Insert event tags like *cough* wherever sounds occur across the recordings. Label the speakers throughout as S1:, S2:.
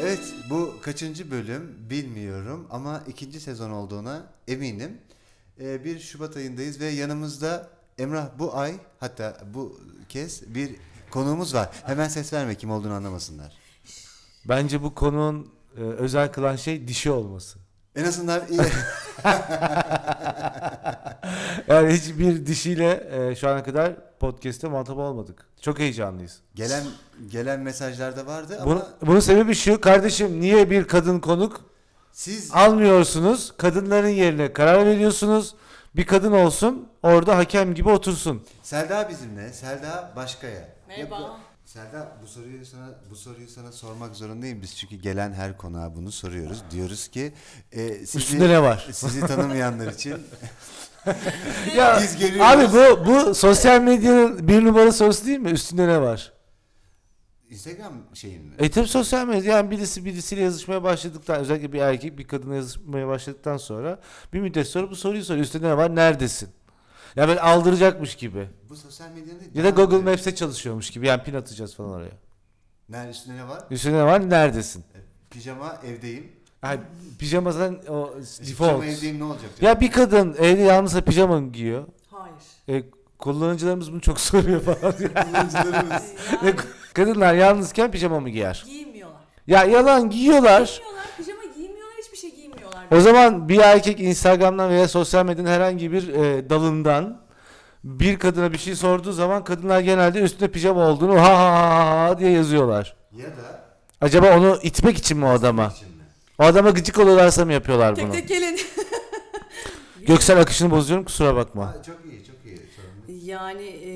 S1: Evet bu kaçıncı bölüm bilmiyorum ama ikinci sezon olduğuna eminim. Ee, bir Şubat ayındayız ve yanımızda Emrah bu ay hatta bu kez bir konuğumuz var. Hemen ses verme kim olduğunu anlamasınlar.
S2: Bence bu konunun e, özel kılan şey dişi olması.
S1: En azından iyi.
S2: *laughs* Yani hiçbir dişiyle e, şu ana kadar podcast'te muhatap olmadık. Çok heyecanlıyız.
S1: gelen gelen mesajlarda vardı ama
S2: Bunu, bunun sebebi şu kardeşim niye bir kadın konuk
S1: siz
S2: almıyorsunuz? Kadınların yerine karar veriyorsunuz. Bir kadın olsun orada hakem gibi otursun.
S1: Selda bizimle, Selda başkaya.
S3: Merhaba.
S1: Yap- Selda bu soruyu sana bu soruyu sana sormak zorundayım biz çünkü gelen her konağa bunu soruyoruz. Diyoruz ki e, sizi,
S2: Üstünde ne var?
S1: Sizi tanımayanlar için
S2: Ya,
S1: Biz geliyoruz.
S2: abi bu bu sosyal medyanın bir numara sorusu değil mi? Üstünde ne var?
S1: Instagram şeyin mi?
S2: E tabii sosyal medya yani birisi birisiyle yazışmaya başladıktan özellikle bir erkek bir kadına yazışmaya başladıktan sonra bir müddet sonra bu soruyu soruyor. Üstünde ne var? Neredesin? Ya böyle aldıracakmış gibi.
S1: Bu sosyal medyada değil.
S2: Ya da
S1: daha
S2: Google
S1: önce.
S2: Maps'te çalışıyormuş gibi. Yani pin atacağız falan oraya.
S1: Nerede üstünde ne var?
S2: Üstünde ne var? Neredesin?
S1: E, Pijama evdeyim.
S2: Yani pijamadan o
S1: E,
S2: default.
S1: Pijama evdeyim ne olacak? canım?
S2: Ya bir kadın evde yalnızsa pijama mı giyiyor?
S3: Hayır.
S2: *laughs* E, kullanıcılarımız bunu çok soruyor falan. *laughs* diyor.
S1: Kullanıcılarımız.
S3: Ee, Yani
S2: E, Kadınlar yalnızken pijama mı giyer?
S3: giymiyorlar.
S2: Ya yalan giyiyorlar.
S3: Giymiyorlar, pijama giymiyorlar, hiçbir şey giymiyorlar.
S2: O zaman bir erkek Instagram'dan veya sosyal medyanın herhangi bir e, dalından bir kadına bir şey sorduğu zaman kadınlar genelde üstünde pijama olduğunu ha ha ha ha diye yazıyorlar.
S1: ya da
S2: Acaba onu itmek için mi o adama?
S1: şimdi.
S2: O adama gıcık oluyorlarsa mı yapıyorlar
S3: Tek
S2: bunu?
S3: tek gelin. *laughs*
S2: Göksel akışını bozuyorum kusura bakma.
S1: Ha, çok iyi çok iyi. Sorun değil.
S3: yani e,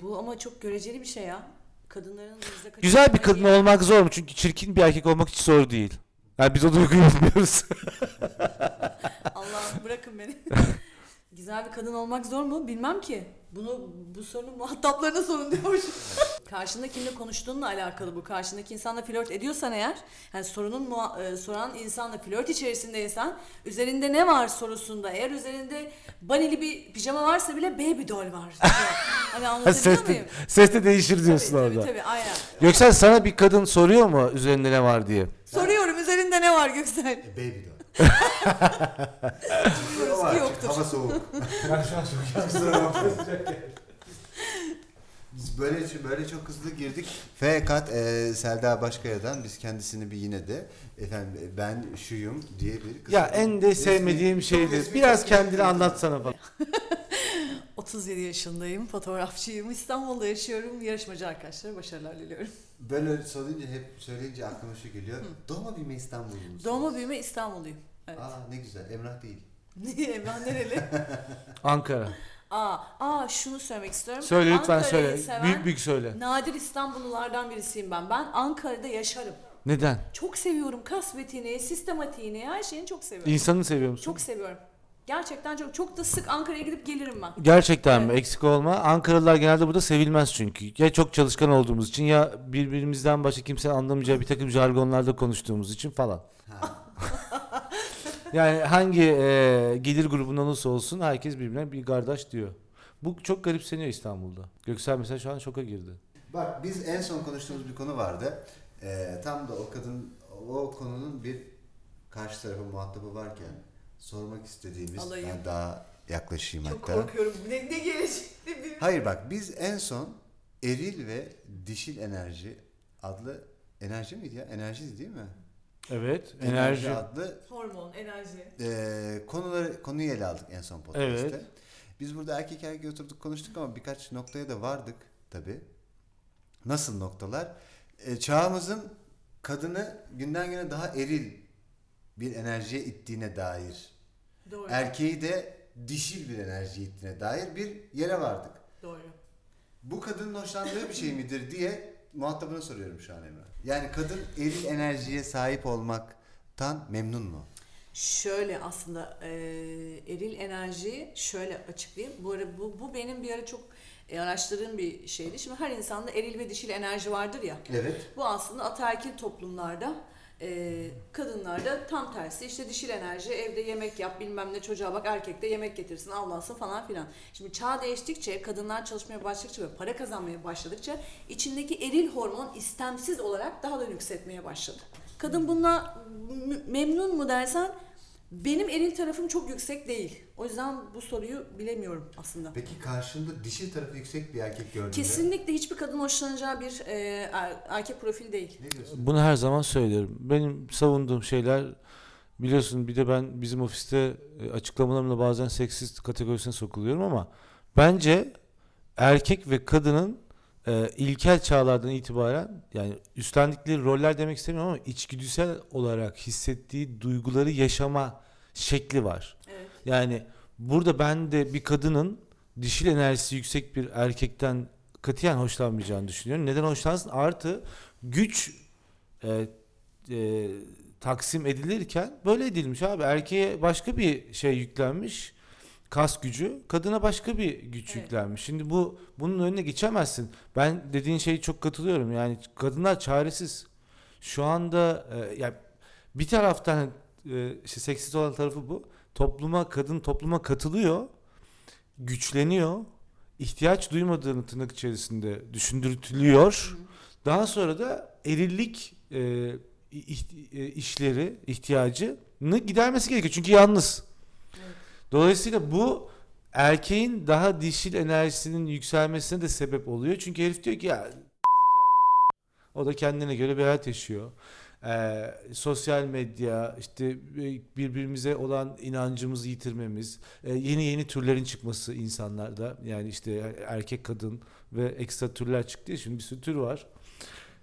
S3: bu ama çok göreceli bir şey ya. Kadınların bizde kaçı-
S2: Güzel bir kadın olmak zor mu? Çünkü çirkin bir erkek olmak hiç zor değil. Yani biz o duyguyu
S3: *laughs*
S2: bilmiyoruz.
S3: Allah'ım
S2: *laughs*
S3: bırakın beni. Güzel bir kadın olmak zor mu? Bilmem ki. Bunu bu sorunun muhataplarına sorun
S2: *laughs*
S3: diyormuş. Karşında kimle konuştuğunla alakalı bu. Karşındaki insanla flört ediyorsan eğer, yani sorunun muha- e, soran insanla flört içerisindeysen, üzerinde ne var sorusunda eğer üzerinde banili bir pijama varsa bile baby
S2: *laughs*
S3: doll var. hani anlatabiliyor
S2: ses,
S3: muyum?
S2: de, ses de değişir
S3: Tabii,
S2: diyorsun
S3: tabii,
S2: orada.
S3: tabii, aynen.
S2: Göksel sana bir kadın soruyor mu üzerinde ne var diye?
S3: Soruyorum üzerinde ne var Göksel? *laughs*
S1: E, baby doll.
S2: *laughs*
S3: Biliyoruz
S1: O
S3: ki
S1: var,
S3: yoktur.
S1: Hava soğuk. *laughs* Kusura bakma. Biz böyle böyle çok hızlı girdik. Fakat e, Selda Başkaya'dan biz kendisini bir yine de efendim e, ben şuyum diye bir kısa-
S2: Ya en de
S1: Resmi-
S2: sevmediğim şeydir.
S1: resmi-
S2: Biraz kendini anlatsana falan.
S3: 37 yaşındayım, fotoğrafçıyım, İstanbul'da yaşıyorum, yarışmacı arkadaşlara başarılar diliyorum.
S1: Böyle sorunca hep söyleyince aklıma şu geliyor. Doğma büyüme İstanbul'lu musun?
S3: Doğma büyüme İstanbulluyum. Evet.
S1: Aa ne güzel. Emrah değil.
S3: *laughs* Niye? Ben nereli?
S2: *laughs* Ankara.
S3: aa, aa şunu söylemek istiyorum.
S2: Söyle lütfen
S3: Ankara'yı
S2: söyle.
S3: seven
S2: Büyük büyük söyle.
S3: Nadir İstanbullulardan birisiyim ben. Ben Ankara'da yaşarım.
S2: Neden?
S3: Çok seviyorum kasvetini, sistematiğini, her şeyini çok seviyorum.
S2: İnsanı seviyor musun?
S3: Çok seviyorum. Gerçekten çok çok da sık Ankara'ya gidip gelirim ben.
S2: Gerçekten mi? Eksik olma. Ankaralılar genelde burada sevilmez çünkü. Ya çok çalışkan olduğumuz için ya birbirimizden başka kimsenin anlamayacağı bir takım jargonlarda konuştuğumuz için falan. *laughs* yani hangi e, gelir grubundan olursa olsun herkes birbirine bir kardeş diyor. Bu çok garipseniyor İstanbul'da. Göksel mesela şu an şoka girdi.
S1: Bak biz en son konuştuğumuz bir konu vardı. E, tam da o kadın o konunun bir karşı tarafın muhatabı varken sormak istediğimiz
S3: Alayım.
S1: ben daha yaklaşayım
S3: Çok
S1: hatta.
S3: korkuyorum. Ne, ne gelecek bilmiyorum.
S1: Hayır bak biz en son eril ve dişil enerji adlı enerji miydi ya? Enerjiydi değil mi?
S2: Evet. Enerji.
S1: adlı
S3: Hormon, enerji.
S1: e, konuları konuyu ele aldık en son podcast'te.
S2: Evet.
S1: Biz burada erkek erkeğe oturduk konuştuk ama birkaç noktaya da vardık tabi. Nasıl noktalar? E, çağımızın kadını günden güne daha eril bir enerjiye ittiğine dair,
S3: Doğru.
S2: Er-
S1: erkeği de dişil bir enerjiye ittiğine dair bir yere vardık.
S3: Doğru.
S1: Bu kadının hoşlandığı bir şey midir diye muhatabına soruyorum şu an Emre. Yani kadın eril enerjiye sahip olmaktan memnun mu?
S3: Şöyle aslında e, eril enerjiyi şöyle açıklayayım. Bu, ara, bu, bu benim bir ara çok e, araştırdığım bir şeydi. Şimdi her insanda eril ve dişil enerji vardır ya.
S1: Evet.
S3: Bu aslında ataerkil toplumlarda e, kadınlarda tam tersi işte dişil enerji evde yemek yap bilmem ne çocuğa bak erkek de yemek getirsin avlansın falan filan. Şimdi çağ değiştikçe kadınlar çalışmaya başladıkça ve para kazanmaya başladıkça içindeki eril hormon istemsiz olarak daha da yükseltmeye başladı. Kadın bununla m- memnun mu dersen benim eril tarafım çok yüksek değil. O yüzden bu soruyu bilemiyorum aslında.
S1: Peki karşında dişi tarafı yüksek bir erkek gördüğünde
S3: Kesinlikle hiçbir kadın hoşlanacağı bir e, er- erkek profili değil.
S1: ne diyorsun?
S2: Bunu her zaman söylerim. Benim savunduğum şeyler biliyorsun bir de ben bizim ofiste e, açıklamalarımla bazen seksist kategorisine sokuluyorum ama bence erkek ve kadının e, ilkel çağlardan itibaren yani üstlendikleri roller demek istemiyorum ama içgüdüsel olarak hissettiği duyguları yaşama şekli var.
S3: Evet.
S2: Yani burada ben de bir kadının dişil enerjisi yüksek bir erkekten katiyen hoşlanmayacağını düşünüyorum. Neden hoşlansın? Artı güç e, e, taksim edilirken böyle edilmiş abi. Erkeğe başka bir şey yüklenmiş. Kas gücü, kadına başka bir güç
S3: Evet.
S2: yüklenmiş. Şimdi bu bunun önüne geçemezsin. Ben dediğin şeyi çok katılıyorum. Yani kadınlar çaresiz. Şu anda e, ya bir taraftan e, işte seksist olan tarafı bu. Topluma kadın topluma katılıyor, güçleniyor, ihtiyaç duymadığını tırnak içerisinde düşündürtülüyor. Daha sonra da erillik e, iht- e, işleri, ihtiyacını gidermesi gerekiyor. Çünkü yalnız.
S3: Evet.
S2: Dolayısıyla bu erkeğin daha dişil enerjisinin yükselmesine de sebep oluyor. Çünkü herif diyor ki ya o da kendine göre bir hayat yaşıyor. Ee, sosyal medya, işte e, birbirimize olan inancımızı yitirmemiz, e, yeni yeni türlerin çıkması insanlarda. Yani işte erkek, kadın ve ekstra türler çıktı ya şimdi bir sürü tür var.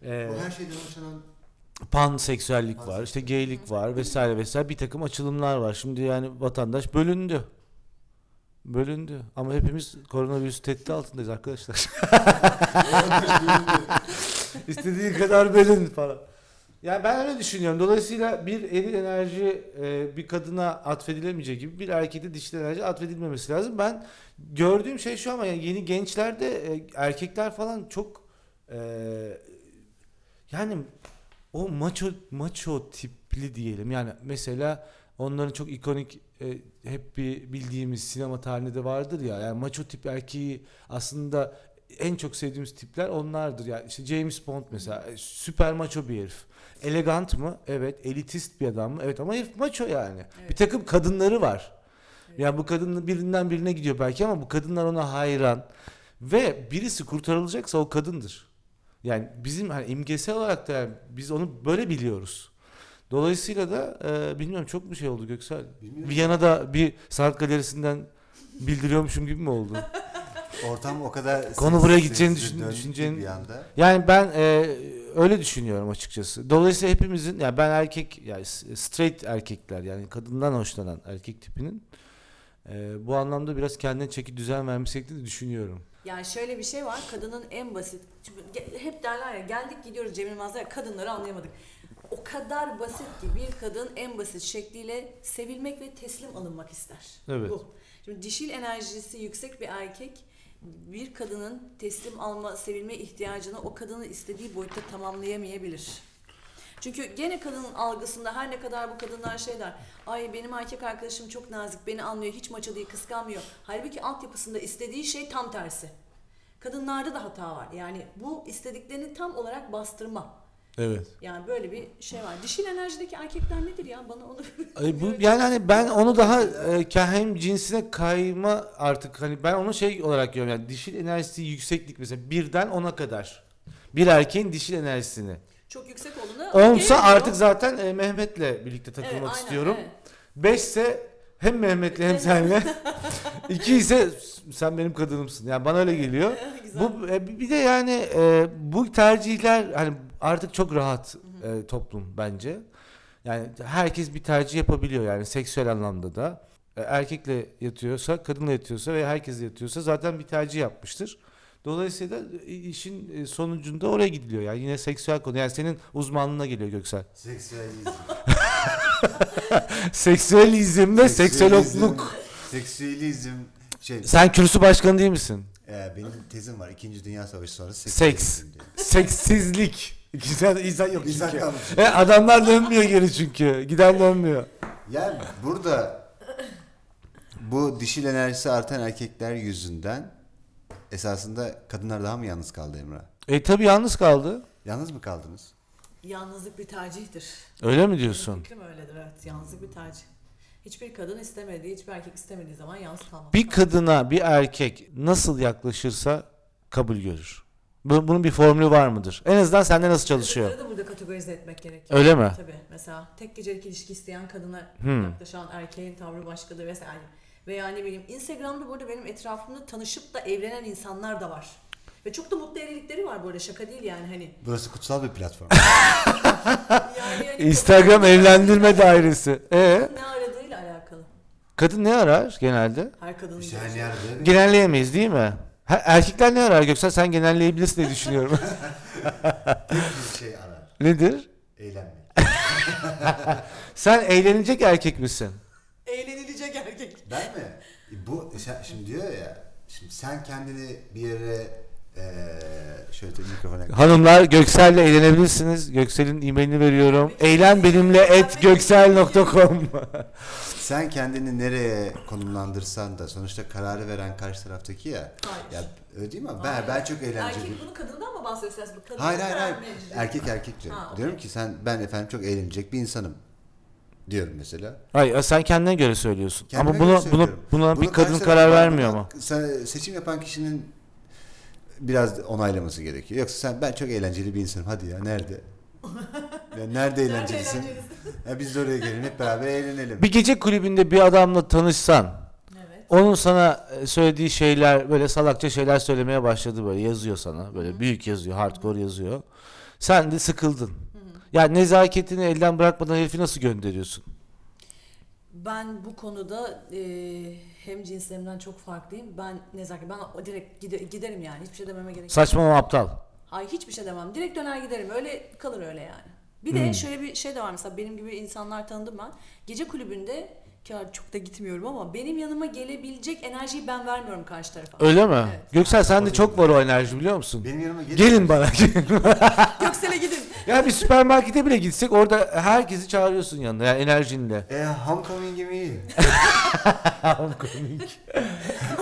S2: Ee,
S1: Bu her şeyden hoşlanan
S2: panseksüellik var, işte geylik var vesaire vesaire bir takım açılımlar var. Şimdi yani vatandaş bölündü. Bölündü. Ama hepimiz koronavirüs tehdidi altındayız arkadaşlar. İstediğin kadar bölün falan. Yani ben öyle düşünüyorum. Dolayısıyla bir eril enerji e, bir kadına atfedilemeyecek gibi bir erkekte dişil enerji atfedilmemesi lazım. Ben gördüğüm şey şu ama yani yeni gençlerde e, erkekler falan çok e, yani o maço maço tipli diyelim. Yani mesela onların çok ikonik e, hep bir bildiğimiz sinema tarihinde de vardır ya. Yani maço tip erkeği aslında en çok sevdiğimiz tipler onlardır. Yani işte James Bond mesela e, süper maço bir herif. Elegant mı? Evet. Elitist bir adam mı? Evet ama herif maço yani.
S3: Evet.
S2: Bir takım kadınları var.
S3: Evet.
S2: Yani bu kadın birinden birine gidiyor belki ama bu kadınlar ona hayran. Ve birisi kurtarılacaksa o kadındır. Yani bizim hani imgesel olarak da yani biz onu böyle biliyoruz. Dolayısıyla da e, bilmiyorum çok mu şey oldu Göksel.
S1: bilmiyorum.
S2: Viyana'da bir sanat galerisinden bildiriyormuşum gibi mi oldu?
S1: Ortam o kadar
S2: Konu buraya gideceğini düşün-
S1: döndü ki
S2: düşüneceğini-
S1: bir anda.
S2: Yani ben e, öyle düşünüyorum açıkçası. Dolayısıyla hepimizin yani ben erkek yani s- straight erkekler yani kadından hoşlanan erkek tipinin e, bu anlamda biraz kendine çeki düzen vermesi gerektiğini düşünüyorum.
S3: Yani şöyle bir şey var. Kadının en basit. Çünkü ge- hep derler ya geldik gidiyoruz Cemil Yılmaz'da ya, kadınları anlayamadık. O kadar basit ki bir kadın en basit şekliyle sevilmek ve teslim alınmak ister.
S2: Evet.
S3: Bu. Şimdi dişil enerjisi yüksek bir erkek bir kadının teslim alma, sevilme ihtiyacını o kadının istediği boyutta tamamlayamayabilir. Çünkü gene kadının algısında her ne kadar bu kadınlar şey der. Ay benim erkek arkadaşım çok nazik, beni anlıyor, hiç maça değil, kıskanmıyor. Halbuki altyapısında istediği şey tam tersi. Kadınlarda da hata var. Yani bu istediklerini tam olarak bastırma.
S2: Evet.
S3: Yani böyle bir şey var. Dişil enerjideki erkekler nedir ya? Bana onu... *laughs*
S2: E, bu yani hani ben onu daha e, kahem cinsine kayma artık hani ben onu şey olarak görüyorum yani dişil enerjisi yükseklik mesela birden ona kadar bir erkeğin dişil enerjisini.
S3: Çok yüksek olduğunda...
S2: Onsa
S3: geliyor.
S2: artık zaten e, Mehmet'le birlikte takılmak
S3: Evet, aynen,
S2: istiyorum.
S3: evet.
S2: 5 ise hem Mehmet'le hem senle. 2 ise sen benim kadınımsın. Yani bana öyle geliyor.
S3: Güzel.
S2: Bu e, bir de yani e, bu tercihler hani artık çok rahat e, toplum bence. Yani herkes bir tercih yapabiliyor yani seksüel anlamda da. E, erkekle yatıyorsa, kadınla yatıyorsa veya herkesle yatıyorsa zaten bir tercih yapmıştır. Dolayısıyla e, işin e, sonucunda oraya gidiliyor. Yani yine seksüel konu. Yani senin uzmanlığına geliyor Göksel.
S1: Seksüelizm.
S2: *laughs* Seksüelizm ve seksologluk.
S1: Seksüelizm şey
S2: Sen kürsü başkanı değil misin?
S1: e, benim tezim var. İkinci Dünya Savaşı sonrası
S2: Seks.
S1: seksüelizm diye.
S2: Seksizlik. İnsan, insan yok
S1: İnsan
S2: çünkü.
S1: kalmış.
S2: E, adamlar dönmüyor geri çünkü. Giden dönmüyor.
S1: Yani burada bu dişil enerjisi artan erkekler yüzünden esasında kadınlar daha mı yalnız kaldı Emrah?
S2: E tabi yalnız kaldı.
S1: Yalnız mı kaldınız?
S3: Yalnızlık bir tercihtir.
S2: Öyle mi
S3: Benim
S2: diyorsun?
S3: Fikrim öyledir evet. Yalnızlık bir tercih. Hiçbir kadın istemediği, hiçbir erkek istemediği zaman yalnız kalmaz.
S2: Bir kadına bir erkek nasıl yaklaşırsa kabul görür. Bu- Bunun bir formülü var mıdır? En azından sende nasıl çalışıyor?
S3: Kadınları da burada kategorize etmek gerekiyor.
S2: Öyle mi?
S3: Tabii mesela tek gecelik ilişki isteyen kadına
S2: Hmm.
S3: yaklaşan erkeğin tavrı başkadır vesaire. Veya ne bileyim Instagram'da burada benim etrafımda tanışıp da evlenen insanlar da var. Ve çok da mutlu evlilikleri var bu arada şaka değil yani hani.
S1: Burası kutsal bir
S2: *laughs*
S1: platform.
S3: yani hani
S2: Instagram evlendirme dairesi. E
S3: Ne aradığıyla alakalı.
S2: kadın ne arar genelde?
S3: Her kadının
S1: İşte
S3: bir-
S1: her yerde.
S2: Genelleyemeyiz değil mi? Ha, erkekler ne arar Göksel? Sen genelleyebilirsin diye düşünüyorum.
S1: bir şey arar.
S2: *laughs* Nedir?
S1: Eğlenmek.
S2: Sen eğlenecek erkek misin?
S3: Eğlenilecek erkek.
S1: Ben mi? E, Bu sen- şimdi diyor ya. Şimdi sen kendini bir yere eee şöyle bir mikrofona
S2: Hanımlar Göksel'le eğlenebilirsiniz. Göksel'in e-mailini veriyorum. Eğlen benimle et göksel.com
S1: Sen kendini nereye konumlandırsan da sonuçta kararı veren karşı taraftaki ya.
S3: Hayır.
S1: Ya öyle değil mi? Ben, ben çok eğlenceli.
S3: Erkek bunu kadından mı bahsediyorsun? Bu kadın
S1: Hayır hayır hayır.
S3: karar verici.
S1: Erkek erkek diyorum.
S3: Ha, okey.
S1: Diyorum ki sen ben efendim çok eğlenecek bir insanım. Diyorum mesela.
S2: *laughs* Hayır sen kendine göre söylüyorsun.
S1: Kendime
S2: Ama
S1: göre
S2: bunu, bunu,
S1: söylüyorum.
S2: buna bir
S1: Bunu
S2: kadın
S1: karşı
S2: karar
S1: tarafın-
S2: vermiyor mu?
S1: se- Seçim yapan kişinin biraz onaylaması gerekiyor. Yoksa sen ben çok eğlenceli bir insanım. Hadi ya nerede? ya nerede eğlencelisin?
S3: eğlencelisin?
S1: ya biz de oraya gelelim hep beraber eğlenelim.
S2: Bir gece kulübünde bir adamla tanışsan
S3: Evet.
S2: onun sana e, söylediği şeyler böyle salakça şeyler söylemeye başladı böyle yazıyor sana böyle büyük yazıyor hardcore yazıyor. Sen de sıkıldın. Ya nezaketini elden bırakmadan herifi nasıl gönderiyorsun?
S3: Ben bu konuda e, hem cinslerimden çok farklıyım. Ben nezaket, ben o direkt gide- giderim yani. Hiçbir şey dememe gerek yok.
S2: Saçmalama aptal.
S3: Ay hiçbir şey demem. Direkt döner giderim. Öyle kalır öyle yani. Bir
S2: Hmm.
S3: de şöyle bir şey de var mesela benim gibi insanlar tanıdım ben. Gece kulübünde ki artık çok da gitmiyorum ama benim yanıma gelebilecek enerjiyi ben vermiyorum karşı tarafa.
S2: Öyle mi?
S3: Evet.
S2: Göksel sende çok var o enerji biliyor musun?
S1: *laughs* Benim yanıma gelin.
S2: Gelin bana.
S3: Göksel'e gidin.
S2: ya bir süpermarkete bile gitsek orada herkesi çağırıyorsun yanına yani enerjinle.
S1: E, homecoming'im iyi.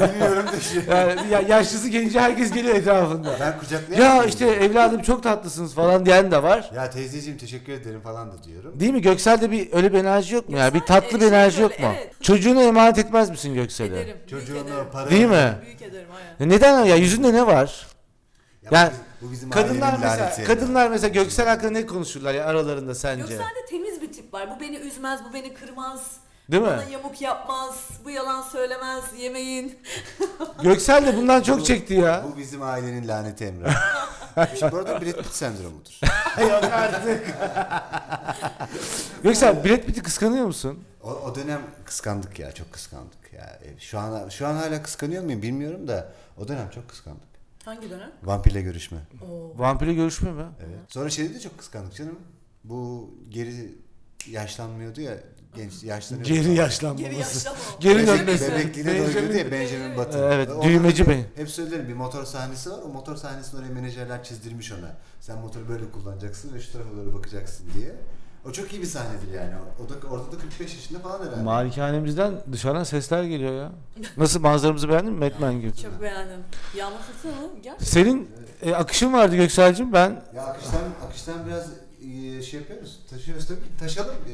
S1: Bilmiyorum da şey.
S2: Yani ya- yaşlısı genci herkes geliyor etrafında.
S1: Ben kucaklayamam.
S2: Ya işte evladım çok tatlısınız falan diyen de var.
S1: Ya teyzeciğim teşekkür ederim falan da diyorum.
S2: Değil mi? Göksel'de bir öyle bir enerji yok mu ya? Bir
S3: Göksel,
S2: tatlı bir
S3: e, şey
S2: enerji yok
S3: böyle,
S2: mu?
S3: evet.
S2: Çocuğunu emanet etmez misin Göksel'e?
S3: Ederim. büyük
S1: Çocuğunu
S3: ederim.
S1: para.
S2: Değil mi?
S3: Büyük ederim aynen.
S2: Ya neden ya yüzünde ne var?
S1: Ya
S2: Yani
S1: bu, biz- bu bizim
S2: Kadınlar
S1: ailenin
S2: mesela
S1: laneti yani.
S2: kadınlar mesela Göksel hakkında ne konuşurlar ya aralarında sence?
S3: Göksel'de temiz bir tip var. Bu beni üzmez, bu beni kırmaz.
S2: Değil mi?
S3: Bana yamuk yapmaz, bu yalan söylemez, yemeyin.
S2: Göksel de bundan çok çekti ya.
S1: Bu bizim ailenin laneti Emre. Şimdi bu arada Brad Pitt sendromudur.
S2: Yok artık. Göksel Brad Pitt'i kıskanıyor musun?
S1: O, o dönem kıskandık ya çok kıskandık ya. E, Şu an şu an hala kıskanıyor muyum bilmiyorum da o dönem çok kıskandık.
S3: Hangi dönem?
S1: Vampirle görüşme.
S3: Oo.
S2: Vampirle görüşme mi?
S1: Evet. Sonra şeyde de çok kıskandık canım. Bu geri yaşlanmıyordu ya genç yaşlanıyordu.
S2: Geri
S3: Geri
S2: yaşlanmaması.
S3: yaşlama.
S2: *laughs* Geri
S1: Benjamin-
S2: dönmesi.
S1: Bebekliğine doğru
S2: Benjamin-
S1: gidiyordu ya Benjamin Button.
S2: Evet,
S1: Ondan
S2: düğmeci
S1: hep-
S2: bey.
S1: Hep söylerim bir motor sahnesi var. O motor sahnesini oraya menajerler çizdirmiş ona. Sen motoru böyle kullanacaksın ve şu tarafa doğru bakacaksın diye. O çok iyi bir sahnedir yani. O da, orada da 45 yaşında falan herhalde.
S2: Malikanemizden dışarıdan sesler geliyor ya. Nasıl manzaramızı beğendin mi? Batman gibi.
S3: Çok beğendim. Yağmur fırtına mı? Gel.
S2: Senin e, akışın vardı Göksel'cim ben.
S1: ya akıştan, akıştan biraz e, şey yapıyoruz. Taşıyoruz tabii. Taşalım. E,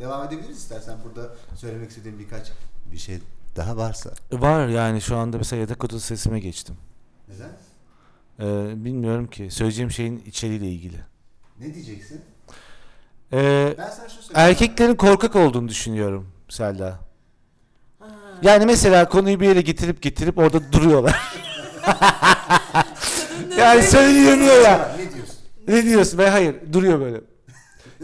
S1: Devam edebiliriz istersen burada söylemek istediğim birkaç bir şey daha varsa.
S2: Var yani şu anda mesela yatak odası sesime geçtim.
S1: Neden?
S2: Ee, bilmiyorum ki söyleyeceğim şeyin içeriğiyle ilgili.
S1: Ne diyeceksin?
S2: Ee,
S1: Ben sana şunu söyleyeyim.
S2: erkeklerin korkak olduğunu düşünüyorum Selda.
S3: Ha.
S2: Yani mesela konuyu bir yere getirip getirip orada duruyorlar. *laughs* yani söyleniyor ya.
S1: Ne diyorsun?
S2: Ne diyorsun? Ve hayır duruyor böyle.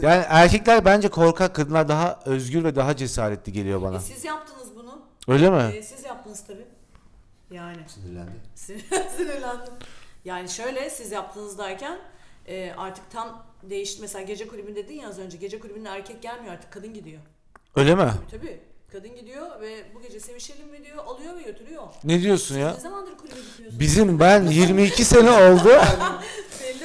S2: Yani erkekler bence korkak kadınlar daha özgür ve daha cesaretli geliyor
S3: E,
S2: bana.
S3: siz yaptınız bunu.
S2: Öyle mi?
S3: E, siz yaptınız tabii. Yani.
S1: Sinirlendi.
S3: Sin- Sinirlendim. Yani şöyle siz yaptınız derken e, artık tam değişti. Mesela gece kulübünde dedin ya az önce. Gece kulübüne erkek gelmiyor artık kadın gidiyor.
S2: Öyle mi?
S3: Tabii tabii. Kadın gidiyor ve bu gece sevişelim mi diyor. Alıyor ve götürüyor.
S2: Ne diyorsun ya?
S3: Ne zamandır kulübe gitmiyorsun?
S2: Bizim ben 22 sene oldu.
S3: Belli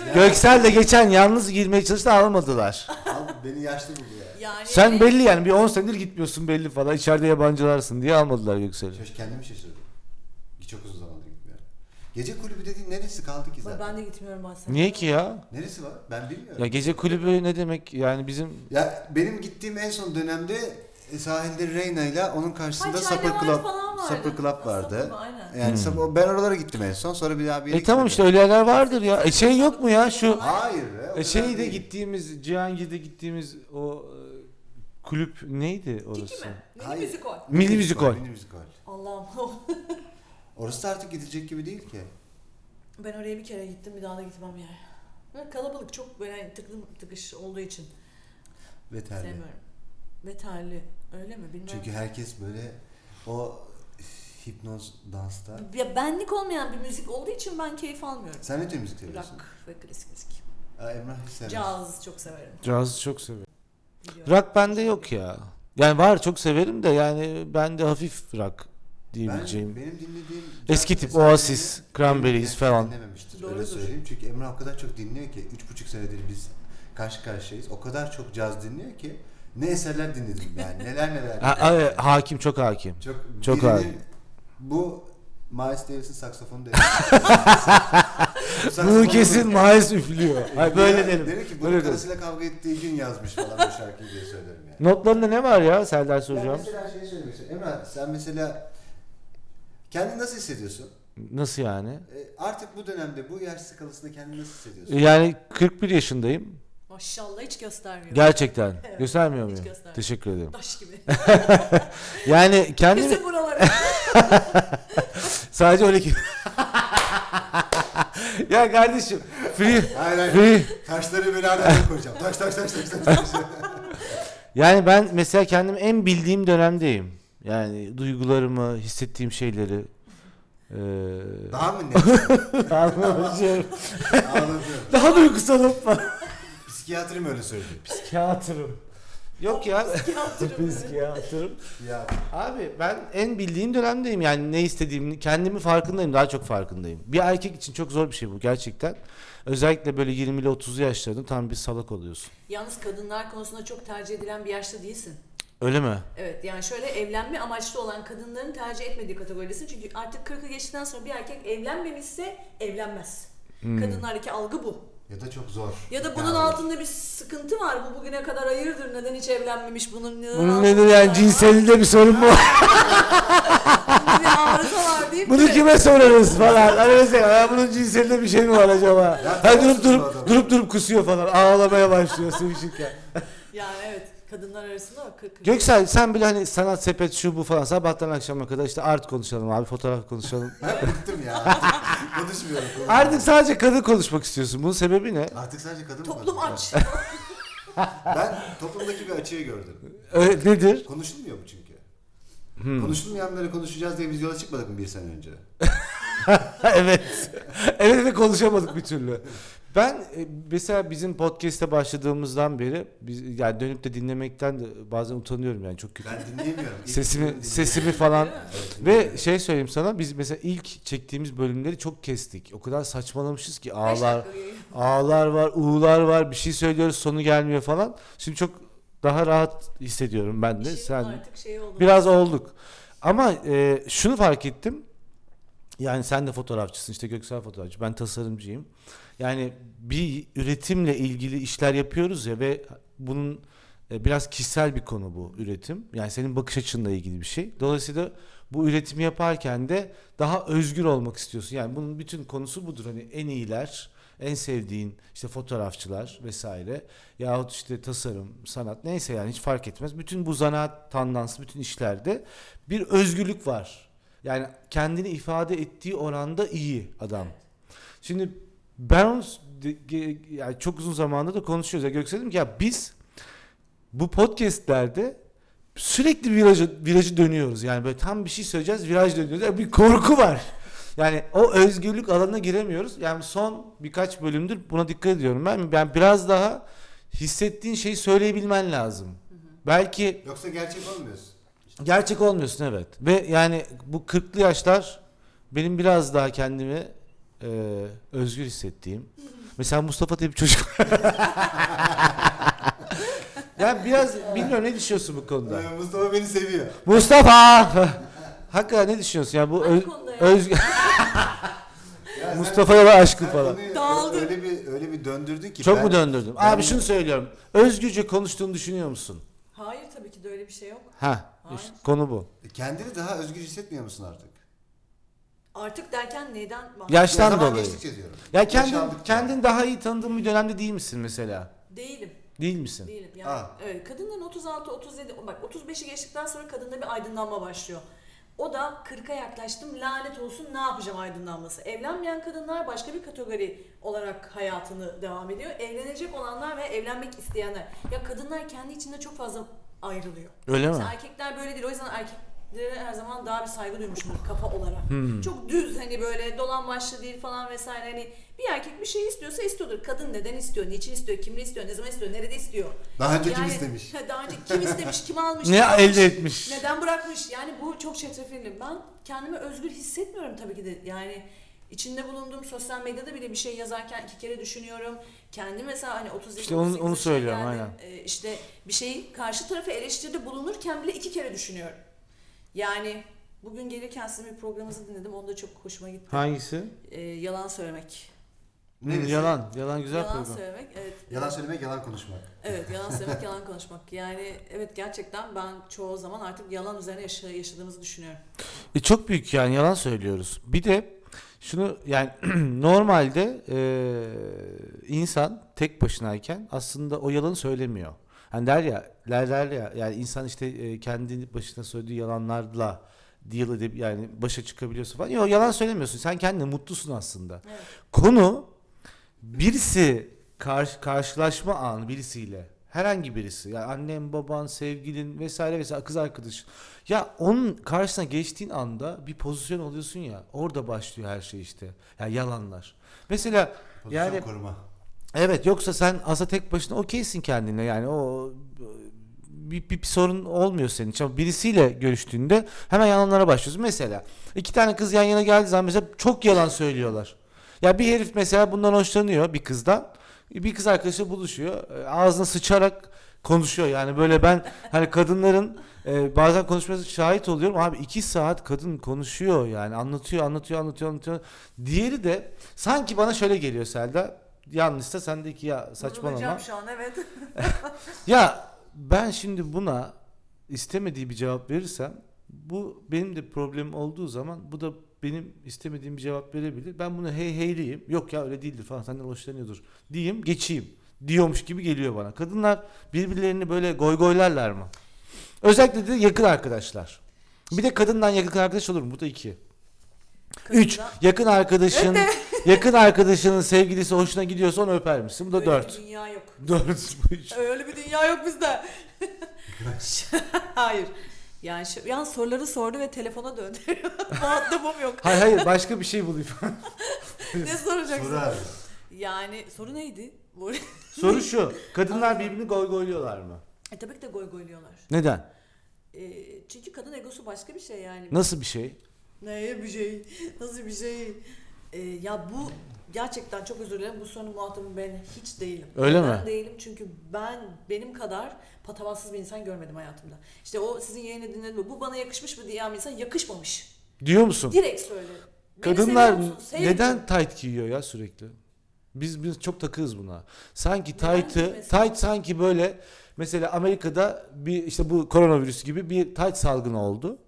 S3: mi?
S2: Göksel de geçen yalnız girmeye çalıştı almadılar.
S1: Abi beni yaşlı buldu ya.
S3: Yani
S2: Sen belli yani bir 10 senedir gitmiyorsun belli falan. İçeride yabancılarsın diye almadılar Göksel'i.
S1: Şaş, kendimi şaşırdım. Çok uzun zamandır gitmiyorum. Gece kulübü dediğin neresi kaldı ki zaten?
S3: Ben de gitmiyorum bazen.
S2: Niye ki ya?
S1: Neresi var? Ben bilmiyorum.
S2: Ya
S1: Ya,
S2: gece kulübü ne demek? Yani bizim
S1: benim gittiğim en son dönemde e, sahilde Reyna ile onun karşısında
S3: Ha,
S1: Supper
S3: Çaylaman
S1: Club,
S3: falan vardı.
S1: Supper
S3: Ha,
S1: Club vardı.
S3: Supper, aynen.
S1: Yani Supper- ben oralara gittim en son. Sonra bir daha bir yere
S2: Hmm. E tamam işte
S1: gitmedim.
S2: öyle yerler vardır ya. E şey yok mu ya şu
S1: Hayır. be, o kadar
S2: e, şeyde
S1: değil.
S2: gittiğimiz Cihangir'de gittiğimiz o e, kulüp neydi
S3: Kiki
S2: orası?
S3: mi? Mini
S1: Hayır.
S3: müzikal.
S2: Milli müzikal.
S1: Milli müzikal.
S3: Allah'ım.
S1: Orası da artık gidecek gibi değil ki.
S3: ben oraya bir kere gittim bir daha da gitmem yani. Ve Kalabalık çok böyle tıklım tıkış olduğu için
S1: Ve terli.
S3: sevmiyorum. Ve terli. Öyle mi? Bilmem.
S1: Çünkü herkes böyle o üf, hipnoz dansta.
S3: ya benlik olmayan bir müzik olduğu için ben keyif almıyorum.
S1: Sen ne tür müzik seviyorsun?
S3: Rock ve klasik müzik.
S1: Aa, Emrah hiç sevmez.
S3: Caz çok severim.
S2: Cazı çok severim.
S3: biliyorum.
S2: Rock bende yok ya. Yani var çok severim de yani bende hafif rock
S1: Ben,
S2: diyebileceğim.
S1: benim dinlediğim
S2: Eski
S1: caz
S2: tip
S1: eserleri
S2: Oasis, Cranberries
S1: kimse
S2: falan.
S1: Dinlememiştir öyle
S3: Doğrudur.
S1: söyleyeyim. Çünkü Emrah o kadar çok dinliyor ki. Üç buçuk senedir biz karşı karşıyayız. O kadar çok caz dinliyor ki. Ne eserler dinledim yani. Neler neler.
S2: *laughs* Ha- ha- evet, hakim çok hakim.
S1: Çok,
S2: Çok
S1: birinin-
S2: ağır.
S1: Bu Miles Davis'in saksafonu
S2: *laughs*
S1: dedi.
S2: Bu kesin Miles üflüyor. Hayır böyle derim.
S1: Dedi ki
S2: Böyle
S1: bunun
S2: derim.
S1: karısıyla kavga ettiği gün yazmış falan bu şarkıyı diye söylerim yani.
S2: Notlarında ne var ya Serdar
S1: Ben
S2: Hocam?
S1: mesela şey söylemek istiyorum. Emrah sen mesela kendini nasıl hissediyorsun?
S2: Nasıl yani?
S1: E, artık bu dönemde bu yaş skalasında kendini nasıl hissediyorsun?
S2: Yani 41 yaşındayım.
S3: Maşallah hiç göstermiyor.
S2: Gerçekten.
S3: Evet.
S2: Göstermiyor
S3: Hiç
S2: muyum?
S3: göstermiyor.
S2: Teşekkür ederim.
S3: Taş gibi.
S2: Yani kendimi
S3: Kesin *laughs* buralara.
S2: sadece öyle ki... *laughs* ya kardeşim. Free,
S1: hayır hayır.
S2: free.
S1: Taşları böyle araya koyacağım. Taş taş taş taş taş.
S2: *laughs*
S1: taş.
S2: Yani ben mesela kendimi en bildiğim dönemdeyim. Yani duygularımı, hissettiğim şeyleri. Ee,
S1: Daha mı net?
S2: anlamıyorum.
S1: Anlatıyorum.
S2: Daha duygusalım.
S1: Psikiyatri mi öyle söylüyor?
S2: Psikiyatrım. Yok ya.
S3: Psikiyatrım.
S2: Psikiyatrım.
S1: Psikiyatri.
S2: Abi ben en bildiğim dönemdeyim yani ne istediğimi kendimi farkındayım daha çok farkındayım. Bir erkek için çok zor bir şey bu gerçekten. Özellikle böyle 20 ile 30 yaşlarında tam bir salak oluyorsun.
S3: Yalnız kadınlar konusunda çok tercih edilen bir yaşta değilsin.
S2: Öyle mi?
S3: Evet yani şöyle evlenme amaçlı olan kadınların tercih etmediği kategoridesin. Çünkü artık 40'ı geçtikten sonra bir erkek evlenmemişse evlenmez.
S2: Hmm.
S3: Kadınlardaki algı bu.
S1: Ya da çok zor.
S3: Ya da bunun
S1: Yani.
S3: altında bir sıkıntı var. Bu bugüne kadar hayırdır neden hiç evlenmemiş bunun neden
S2: Bunun
S3: altında
S2: nedir
S3: var?
S2: yani cinselinde bir sorun mu?
S3: Bir arıza var deyip
S2: Bunu
S3: de-
S2: kime sorarız falan. Hani mesela "Ya bunun cinselinde bir şey mi var acaba?
S1: Ya
S2: Ha durup
S1: tamam,
S2: durup,
S1: adam.
S2: durup durup kusuyor falan. Ağlamaya başlıyor sevişirken.
S3: Yani evet kadınlar arasında var 40
S2: Göksel sen bile hani sanat sepet şu bu falan sabahtan akşama kadar işte art konuşalım abi fotoğraf *laughs* konuşalım.
S1: Ben bıktım
S3: *laughs*
S1: ya. Konuşmuyorum.
S2: Artık sadece kadın konuşmak istiyorsun. Bunun sebebi ne?
S1: Artık sadece kadın mı
S3: Toplum
S1: konuşuyor?
S3: aç.
S1: Ben toplumdaki bir açığı gördüm.
S2: Ö- nedir? *laughs*
S1: Konuşulmuyor bu çünkü.
S2: Hmm.
S1: Konuşulmayanları konuşacağız diye biz yola çıkmadık mı bir sene önce?
S2: evet. Evet de konuşamadık bir türlü. Ben e, mesela bizim podcast'e başladığımızdan beri biz yani dönüp de dinlemekten de bazen utanıyorum yani çok kötü.
S1: Ben dinleyemiyorum. İlk
S2: Sesimi
S1: dinleyemiyorum.
S2: sesimi falan
S1: Evet,
S2: ve şey söyleyeyim sana biz mesela ilk çektiğimiz bölümleri çok kestik. O kadar saçmalamışız ki
S3: Beş
S2: ağlar
S3: dakika yayın.
S2: ağlar var, uğlar var, bir şey söylüyoruz sonu gelmiyor falan. Şimdi çok daha rahat hissediyorum ben de.
S3: İşin
S2: Sen
S3: artık şey oldu.
S2: Biraz olduk. Ama e, şunu fark ettim. Yani sen de fotoğrafçısın işte Göksel fotoğrafçı. Ben tasarımcıyım. Yani bir üretimle ilgili işler yapıyoruz ya ve bunun e, biraz kişisel bir konu bu üretim. Yani senin bakış açınla ilgili bir şey. Dolayısıyla bu üretimi yaparken de daha özgür olmak istiyorsun. Yani bunun bütün konusu budur. Hani en iyiler, en sevdiğin işte fotoğrafçılar vesaire yahut işte tasarım, sanat neyse yani hiç fark etmez. Bütün bu zanaat tandansı, bütün işlerde bir özgürlük var. Yani kendini ifade ettiği oranda iyi adam. Şimdi ben onu s- de- ge- yani çok uzun zamandır da konuşuyoruz. Ya Göksel dedim ki ya biz bu podcastlerde sürekli virajı, virajı dönüyoruz. Yani böyle tam bir şey söyleyeceğiz viraj dönüyoruz. Yani bir korku var. Yani o özgürlük alanına giremiyoruz. Yani son birkaç bölümdür buna dikkat ediyorum ben. Ben biraz daha hissettiğin şeyi söyleyebilmen lazım. Belki
S1: Yoksa gerçek olmuyorsun.
S2: gerçek olmuyorsun evet. Ve yani bu 40'lı yaşlar benim biraz daha kendimi e, özgür hissettiğim. Mesela Mustafa diye bir çocuk. *laughs* ya biraz bilmiyorum ne düşünüyorsun bu konuda?
S1: Ee, Mustafa beni seviyor.
S2: Mustafa! Hakikaten ne düşünüyorsun ya bu
S3: Hangi
S2: öz,
S3: konuda ya?
S2: özgür Mustafa'ya ve aşkı
S1: Sen
S2: falan.
S1: konuyu
S3: Dağıldı.
S1: Öyle bir öyle bir döndürdün ki.
S2: Çok
S1: ben-
S2: mu döndürdüm?
S1: ben-
S2: Abi şunu söylüyorum. Özgürce konuştuğunu düşünüyor musun?
S3: Hayır tabii ki de öyle bir şey yok.
S2: Ha,
S3: Hayır.
S2: işte konu bu.
S1: Kendini daha özgür hissetmiyor musun artık?
S3: Artık derken neden? bahsediyorsun?
S2: Yaştan
S1: zaman
S2: dolayı.
S1: geçtikçe diyorum.
S2: Ya kendin
S1: Yaşandıkça.
S2: kendin daha iyi tanıdığın bir dönemde değil misin mesela?
S3: Değilim.
S2: Değil misin?
S3: Değilim. Yani
S1: Aa.
S3: evet, kadınların 36, 37, bak 35'i geçtikten sonra kadında bir aydınlanma başlıyor. O da 40'a yaklaştım lanet olsun ne yapacağım aydınlanması. Evlenmeyen kadınlar başka bir kategori olarak hayatını devam ediyor. Evlenecek olanlar ve evlenmek isteyenler. Ya kadınlar kendi içinde çok fazla ayrılıyor.
S2: Öyle mi?
S3: Mesela erkekler böyle değil. O yüzden erkeklere her zaman daha bir saygı duymuşumdur kafa olarak.
S2: Hmm.
S3: Çok düz hani böyle dolan başlı değil falan vesaire. Hani bir erkek bir şey istiyorsa istiyordur. Kadın neden istiyor, niçin istiyor, kimle istiyor, ne zaman istiyor, nerede istiyor.
S1: Daha önce kim
S3: Yani- *laughs*
S1: istemiş?
S3: Daha önce kim istemiş, kim
S2: *laughs*
S3: almış,
S2: Ne
S3: kim almış,
S2: elde etmiş?
S3: neden bırakmış. Yani bu çok çetrefilli. Ben kendimi özgür hissetmiyorum tabii ki de. Yani içinde bulunduğum sosyal medyada bile bir şey yazarken iki kere düşünüyorum. Kendi mesela hani 37
S2: İşte onu-
S3: 38
S2: onu
S3: yaşına
S2: söylüyorum,
S3: geldim.
S2: aynen.
S3: Ee, işte bir şeyi karşı tarafı eleştiride bulunurken bile iki kere düşünüyorum. Yani bugün gelirken sizin bir programınızı dinledim. Onda çok hoşuma gitti.
S2: Hangisi?
S3: Ee, yalan söylemek.
S2: Hı,
S1: Neresi?
S2: yalan. Yalan güzel
S3: yalan
S2: program.
S3: söylemek. Evet.
S1: Yalan söylemek, yalan konuşmak.
S3: Evet yalan söylemek yalan konuşmak. Yani evet gerçekten ben çoğu zaman artık yalan üzerine yaşa- yaşadığımızı düşünüyorum.
S2: E çok büyük yani yalan söylüyoruz. Bir de şunu yani *clears throat* normalde e, insan tek başınayken aslında o yalanı söylemiyor. Hani der ya, der, der ya yani insan işte e, kendi başına söylediği yalanlarla deal edip yani başa çıkabiliyorsun falan. Yok yalan söylemiyorsun. Sen kendine mutlusun aslında.
S3: Evet.
S2: Konu birisi karşı, karşılaşma anı birisiyle herhangi birisi yani annen baban sevgilin vesaire vesaire kız arkadaşın ya onun karşısına geçtiğin anda bir pozisyon oluyorsun ya orada başlıyor her şey işte ya yalanlar mesela
S1: Pozisyon
S2: yani
S1: koruma.
S2: evet yoksa sen aslında tek başına okeysin kendine yani o bir, bir, bir sorun olmuyor senin için ama birisiyle görüştüğünde hemen yalanlara başlıyorsun mesela iki tane kız yan yana geldiği zaman mesela çok yalan söylüyorlar ya bir herif mesela bundan hoşlanıyor bir kızdan. Bir kız arkadaşı buluşuyor. E, Ağzına sıçarak konuşuyor. Yani böyle ben hani kadınların e, bazen konuşması şahit oluyorum. Abi iki saat kadın konuşuyor yani anlatıyor anlatıyor anlatıyor anlatıyor. Diğeri de sanki bana şöyle geliyor Selda. Yanlışsa sen de ki ya saçmalama.
S3: Vurulacağım şu an evet.
S2: Ya ben şimdi buna istemediği bir cevap verirsem bu benim de problemim olduğu zaman bu da benim istemediğim bir cevap verebilir. Ben bunu hey heyleyim. Yok ya öyle değildir falan senden hoşlanıyordur diyeyim geçeyim diyormuş gibi geliyor bana. Kadınlar birbirlerini böyle goygoylarlar mı? Özellikle de yakın arkadaşlar. Bir de kadından yakın arkadaş olur mu? Bu da iki. Üç.
S3: Kadınla-
S2: Yakın arkadaşın *laughs* yakın arkadaşının sevgilisi hoşuna gidiyorsa onu öper misin? Bu da
S3: Öyle
S2: dört.
S3: bir dünya yok.
S2: Dört. Bu üç.
S3: Öyle bir dünya yok bizde.
S2: *laughs*
S3: Hayır. Yani şu, yani soruları sordu ve telefona döndü. *laughs* Muhatabım yok.
S2: Hayır hayır başka bir şey bulayım.
S3: ne soracaksın?
S1: Soru abi.
S3: Yani soru neydi? Bu- *laughs*
S2: Soru şu. Kadınlar birbirini goygoyluyorlar mı?
S3: e, tabii ki de goy goyluyorlar.
S2: Neden?
S3: E, çünkü kadın egosu başka bir şey yani.
S2: Nasıl bir şey?
S3: Neye bir şey? Nasıl bir şey? E, ya bu gerçekten çok özür dilerim. Bu sorunun muhatabı ben hiç değilim.
S2: Öyle
S3: ben
S2: mi?
S3: değilim çünkü ben benim kadar patavatsız bir insan görmedim hayatımda. İşte o sizin yayını dinledim. mi? Bu bana yakışmış mı diyen bir insan yakışmamış.
S2: Diyor musun?
S3: Direkt söyle. Beni
S2: Kadınlar
S3: seviyor musun? Sevmiyorum.
S2: neden tight giyiyor ya sürekli? Biz biz çok takığız buna. Sanki
S3: Neden
S2: tight'ı,
S3: giymesi?
S2: tight sanki böyle mesela Amerika'da bir işte bu koronavirüs gibi bir tight salgını oldu.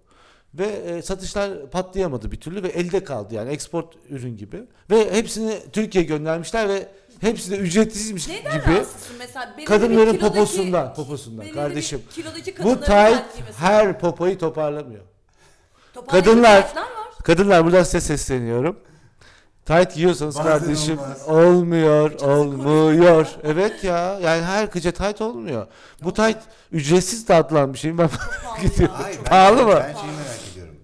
S2: Ve e, satışlar patlayamadı bir türlü ve elde kaldı yani export ürün gibi. Ve hepsini Türkiye'ye göndermişler ve hepsi de ücretsizmiş
S3: Neden
S2: gibi.
S3: rahatsızsın mesela? Belirli bir
S2: Kadınların
S3: kilodaki-
S2: poposundan, poposundan
S3: belirli bir
S2: kardeşim.
S3: Kilodaki
S2: Bu
S3: kadınların tight
S2: tight
S3: giymesi.
S2: her popoyu toparlamıyor.
S3: Toparlayıcı
S2: kadınlar-
S3: tight'lar var.
S2: Kadınlar buradan size sesleniyorum. Tight giyiyorsanız
S1: Bazen
S2: kardeşim
S1: olmaz.
S2: olmuyor, olmuyor. Evet ya yani her kıca tight olmuyor. Bu tight ücretsiz dağıtılan bir şey.
S1: *laughs*
S2: Ben
S3: Çok
S2: *laughs*
S3: pahalı
S2: Gidiyor.
S3: ya,
S1: Hayır,
S3: çok
S1: ben-
S2: Pahalı mı?
S1: Ben şeyi merak ediyorum.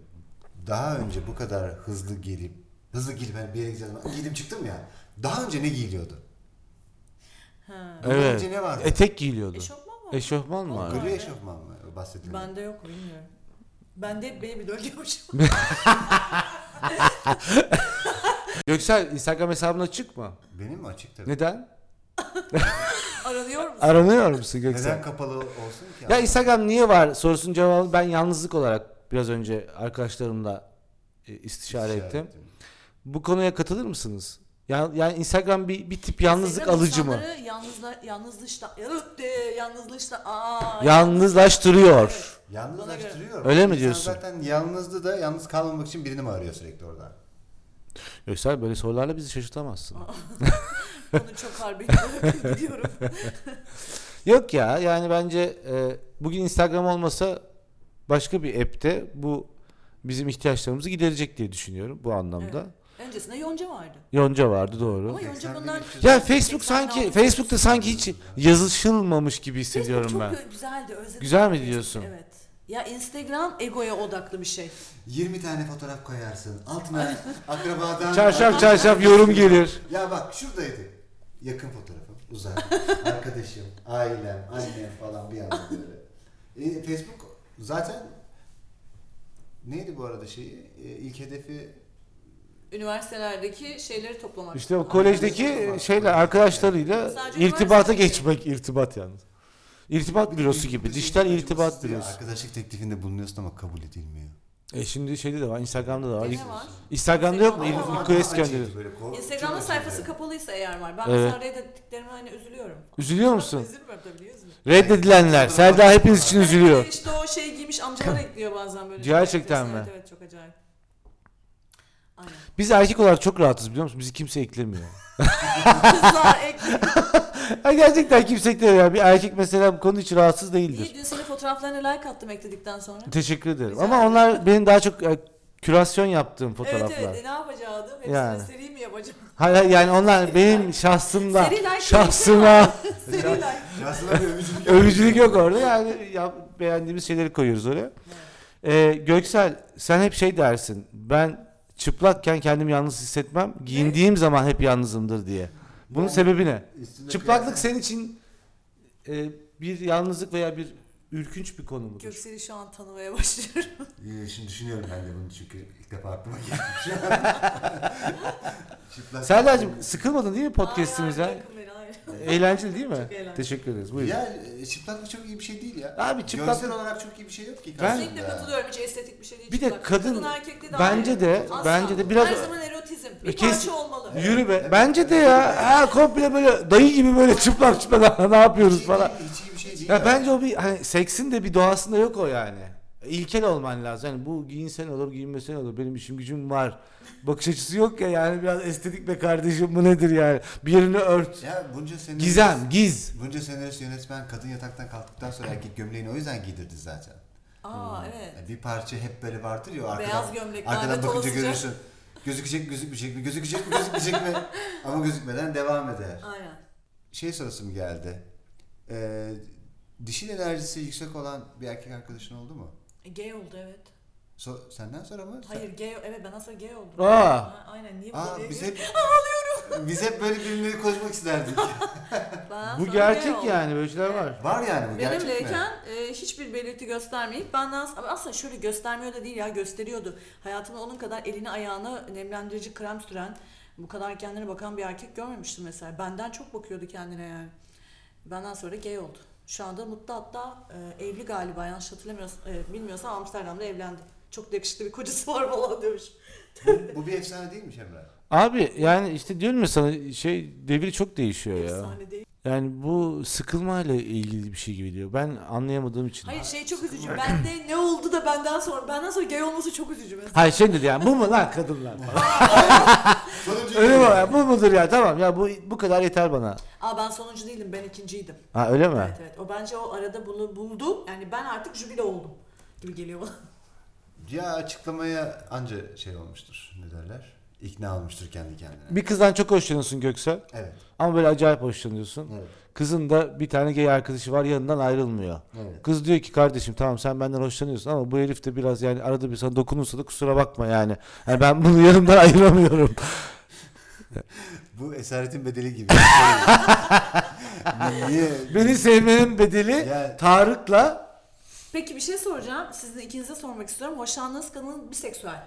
S1: Daha önce bu kadar hızlı gelip hızlı gidip hani bir yere gideceğim. Giydim çıktım ya. Daha önce ne giyiliyordu?
S3: Ha.
S1: Bundan önce ne vardı?
S2: Etek E, giyiliyordu.
S3: Eşofman var.
S2: Eşofman mı
S3: Olmaz.
S2: vardı?
S1: Gri eşofman mı bahsediyorum?
S3: Bende yok bilmiyorum. Bende hep baby doll giymişim.
S2: Göksel Instagram hesabına çık mı?
S1: Benim mi açık tabii?
S2: Neden?
S3: Aranıyor musun?
S2: Aranıyor musun Göksel?
S1: Neden kapalı olsun ki?
S2: Ya Instagram niye var sorusunun cevabını ben yalnızlık olarak biraz önce arkadaşlarımla e, istişare ettim. Bu konuya katılır mısınız? Yani, yani Instagram bir, bir tip yalnızlık
S3: Instagram
S2: alıcı mı?
S3: insanları Yalnızla, yalnızlaşta, yalnızlaşta, aa,
S2: Yalnızlaştırıyor.
S1: Yalnızlaştırıyor.
S2: Öyle mi
S1: İnsan
S2: diyorsun?
S1: Zaten yalnızdı da yalnız kalmamak için birini mi arıyor sürekli orada?
S2: Yoksa böyle sorularla bizi şaşırtamazsın.
S3: Onu çok harbi *laughs* olarak gidiyorum.
S2: Yok ya yani bence e, bugün Instagram olmasa başka bir app'te bu bizim ihtiyaçlarımızı giderecek diye düşünüyorum bu anlamda.
S3: Öncesinde yonca vardı.
S2: Yonca vardı doğru.
S3: Ama yonca
S1: 81
S3: bundan...
S1: üç yüz.
S2: ya Facebook
S3: 86
S2: sanki Facebook'ta sanki hiç yazışılmamış gibi hissediyorum
S3: Facebook
S2: ben.
S3: çok güzeldi. Özledim.
S2: Güzel mi diyorsun?
S3: Evet. Ya Instagram egoya odaklı bir şey.
S1: 20 tane fotoğraf koyarsın. Altına akrabadan...
S2: Çarşaf çarşaf yorum gelir.
S1: Ya bak şuradaydı. Yakın fotoğrafım,
S3: *laughs*
S1: uzak, arkadaşım, ailem, annem falan bir anda böyle. E, Facebook zaten neydi bu arada şeyi? E, ilk hedefi
S3: Üniversitelerdeki şeyleri toplamak.
S2: İşte o kolejdeki şeyler arkadaşlarıyla
S3: Sadece
S2: irtibata
S3: üniversite-
S2: geçmek irtibat yalnız. İrtibat bürosu gibi dijital irtibat
S1: diyor.
S2: bürosu.
S1: Arkadaşlık teklifinde bulunuyorsun ama kabul edilmiyor.
S2: E şimdi şeyde de var Instagram'da da var.
S3: Gene var.
S2: Instagram'da yok mu?
S3: Instagram'da var.
S2: Request gönderiyor.
S3: Instagram'ın sayfası kapalıysa eğer var. Ben
S2: Evet.
S3: mesela reddettiklerime hani üzülüyorum.
S2: Üzülüyor musun?
S3: Üzülmüyorum tabii biliyor musun?
S2: Reddedilenler. Selda hepiniz için *laughs* üzülüyor.
S3: İşte o şey giymiş amcalar ekliyor bazen böyle.
S2: Gerçekten
S3: Evet,
S2: mi?
S3: Evet çok acayip. Aynen.
S2: Biz erkek olarak çok rahatız biliyor musun? Bizi kimse
S3: *laughs*
S2: eklemiyor. *laughs*
S3: Kızlar ekliyor.
S2: Ha gerçekten kimse eklemiyor. ya. Bir erkek mesela bu konu hiç rahatsız değildir.
S3: İyi dün senin fotoğraflarına like attım ekledikten sonra.
S2: Teşekkür ederim.
S3: Güzel.
S2: Ama onlar benim daha çok e, kürasyon yaptığım fotoğraflar.
S3: Evet evet e, ne yapacaktım? Hepsine
S2: Yani.
S3: seri
S2: *laughs*
S3: mi yapacağım?
S2: Hayır, hayır, yani onlar benim şahsımda,
S3: Seri like
S2: şahsıma
S3: seri like.
S1: Şahsına
S2: *laughs*
S1: bir övücülük
S2: övücülük yok orada. Yani yap- beğendiğimiz şeyleri koyuyoruz oraya. Ee, Göksel sen hep şey dersin. Ben çıplakken kendimi yalnız hissetmem. Giyindiğim zaman hep yalnızımdır diye. Bunun
S1: Yani-
S2: sebebi ne?
S1: Üstünde
S2: Çıplaklık
S1: kıyafet-
S2: senin için e, bir yalnızlık veya bir ürkünç bir konu mudur?
S3: Göksel'i şu an tanımaya başlıyorum.
S1: Ee, Şimdi düşünüyorum ben de bunu çünkü ilk defa aklıma *laughs* geldi. Çıplak-
S2: Serdar'cığım sıkılmadın değil mi
S3: Ay, ay,
S2: podcast'imize?
S3: bırakın beni, hayır.
S2: Eğlenceli değil mi?
S3: Çok eğlenceli.
S2: Teşekkür ederiz. Buyurun.
S1: Ya e, çıplaklık çok iyi bir şey değil ya.
S2: Abi çıplaklık-
S1: Görsel olarak çok iyi bir şey yok ki.
S2: Ben-
S1: karşında.
S3: Kesinlikle katılıyorum. Hiç estetik bir şey değil.
S2: Bir de
S3: çıplak.
S2: kadın-
S3: erkekte de
S2: bence
S3: ayrı.
S2: de-
S3: Asla.
S2: bence de biraz-
S3: Her zaman erotizm. Bir
S2: Kes-
S3: parça olmalı.
S2: Yürü be.
S1: Evet.
S2: Bence de ya. Ha komple böyle dayı gibi böyle çıplak çıplak *laughs* "Ha, ne
S1: Hiç
S2: yapıyoruz
S1: iyi
S2: falan.
S1: değil, Hiç iyi bir şey değil.
S2: Ya bence o bir hani seksin de bir doğasında yok o yani. İlkel olman lazım. Hani bu giyinsen olur, giyinmesen olur. Benim işim gücüm var. Bakış açısı yok ya yani biraz estetik be kardeşim bu nedir yani? Bir yerini ört.
S1: Ya bunca senarist,
S2: Gizem, giz.
S1: Bunca senarist yönetmen kadın yataktan kalktıktan sonra erkek gömleğini o yüzden giydirdi zaten.
S3: Aa evet.
S1: Yani bir parça hep böyle vardır ya o arkadan,
S3: Beyaz gömlek,
S1: arkadan
S3: lanet
S1: bakınca
S3: olasıca.
S1: görürsün. Gözükecek gözükmeyecek mi gözükecek mi gözükmeyecek mi
S3: *laughs*
S1: ama gözükmeden devam eder.
S3: Aynen.
S1: Şey sorusum geldi. Ee, dişil enerjisi yüksek olan bir erkek arkadaşın oldu mu?
S3: E, gay oldu evet.
S1: So- senden sonra mı? Sen-
S3: Hayır gay evet ben aslında gay oldum.
S2: Aa.
S3: Ha, aynen niye
S1: Aa,
S3: bu
S1: biz hep,
S3: *laughs*
S1: Biz hep böyle birbirleri konuşmak isterdik.
S3: Ben
S2: Bu
S3: sonra
S2: gerçek
S3: gay oldum.
S2: yani böyle şeyler var.
S1: Var yani bu gerçek mi?
S3: Benimleyken e, hiçbir belirti göstermeyip benden ama aslında şöyle göstermiyor da değil ya gösteriyordu. Hayatımda onun kadar elini ayağını nemlendirici krem süren bu kadar kendine bakan bir erkek görmemiştim mesela. Benden çok bakıyordu kendine yani. Benden sonra gay oldu. Şu anda mutlu hatta e, evli galiba yanlış hatırlamıyorsam e, bilmiyorsam Amsterdam'da evlendi. Çok da yakışıklı bir kocası var falan demiş.
S1: Bu, bu bir efsane değilmiş Emre.
S2: Abi yani işte diyorum ya sana şey devir çok değişiyor ya.
S3: Efsane değil.
S2: Yani bu sıkılmayla ilgili bir şey gibi diyor. Ben anlayamadığım için.
S3: Hayır şey çok üzücü. Bende ne oldu da benden sonra benden sonra gay olması çok üzücü mesela.
S2: Hayır şey dedi yani bu mu lan kadınlar falan.
S1: Sonuncu
S2: öyle mi? Ya, bu mudur ya tamam ya bu bu kadar yeter bana.
S3: Aa ben sonuncu değilim ben ikinciydim.
S2: Ha öyle mi?
S3: Evet evet. O bence o arada bunu buldu. Yani ben artık jübile oldum gibi geliyor bana. *laughs*
S1: Ya açıklamaya anca şey olmuştur. Ne derler? İkna olmuştur kendi kendine.
S2: Bir kızdan çok hoşlanıyorsun Göksel
S1: Evet.
S2: ama böyle acayip hoşlanıyorsun.
S1: Evet.
S2: Kızın da bir tane gay arkadaşı var yanından ayrılmıyor.
S1: Evet.
S2: Kız diyor ki kardeşim tamam sen benden hoşlanıyorsun ama bu herif de biraz yani arada bir sana dokunursa da kusura bakma yani. Yani ben bunu yanımdan *laughs* ayıramıyorum.
S1: Bu esaretin bedeli
S2: *laughs*
S1: gibi. Niye?
S2: Beni sevmenin bedeli
S1: Ya-
S2: Tarık'la
S3: Peki bir şey soracağım. Sizin ikinize sormak istiyorum. Hoşlandığınız kadın biseksüel.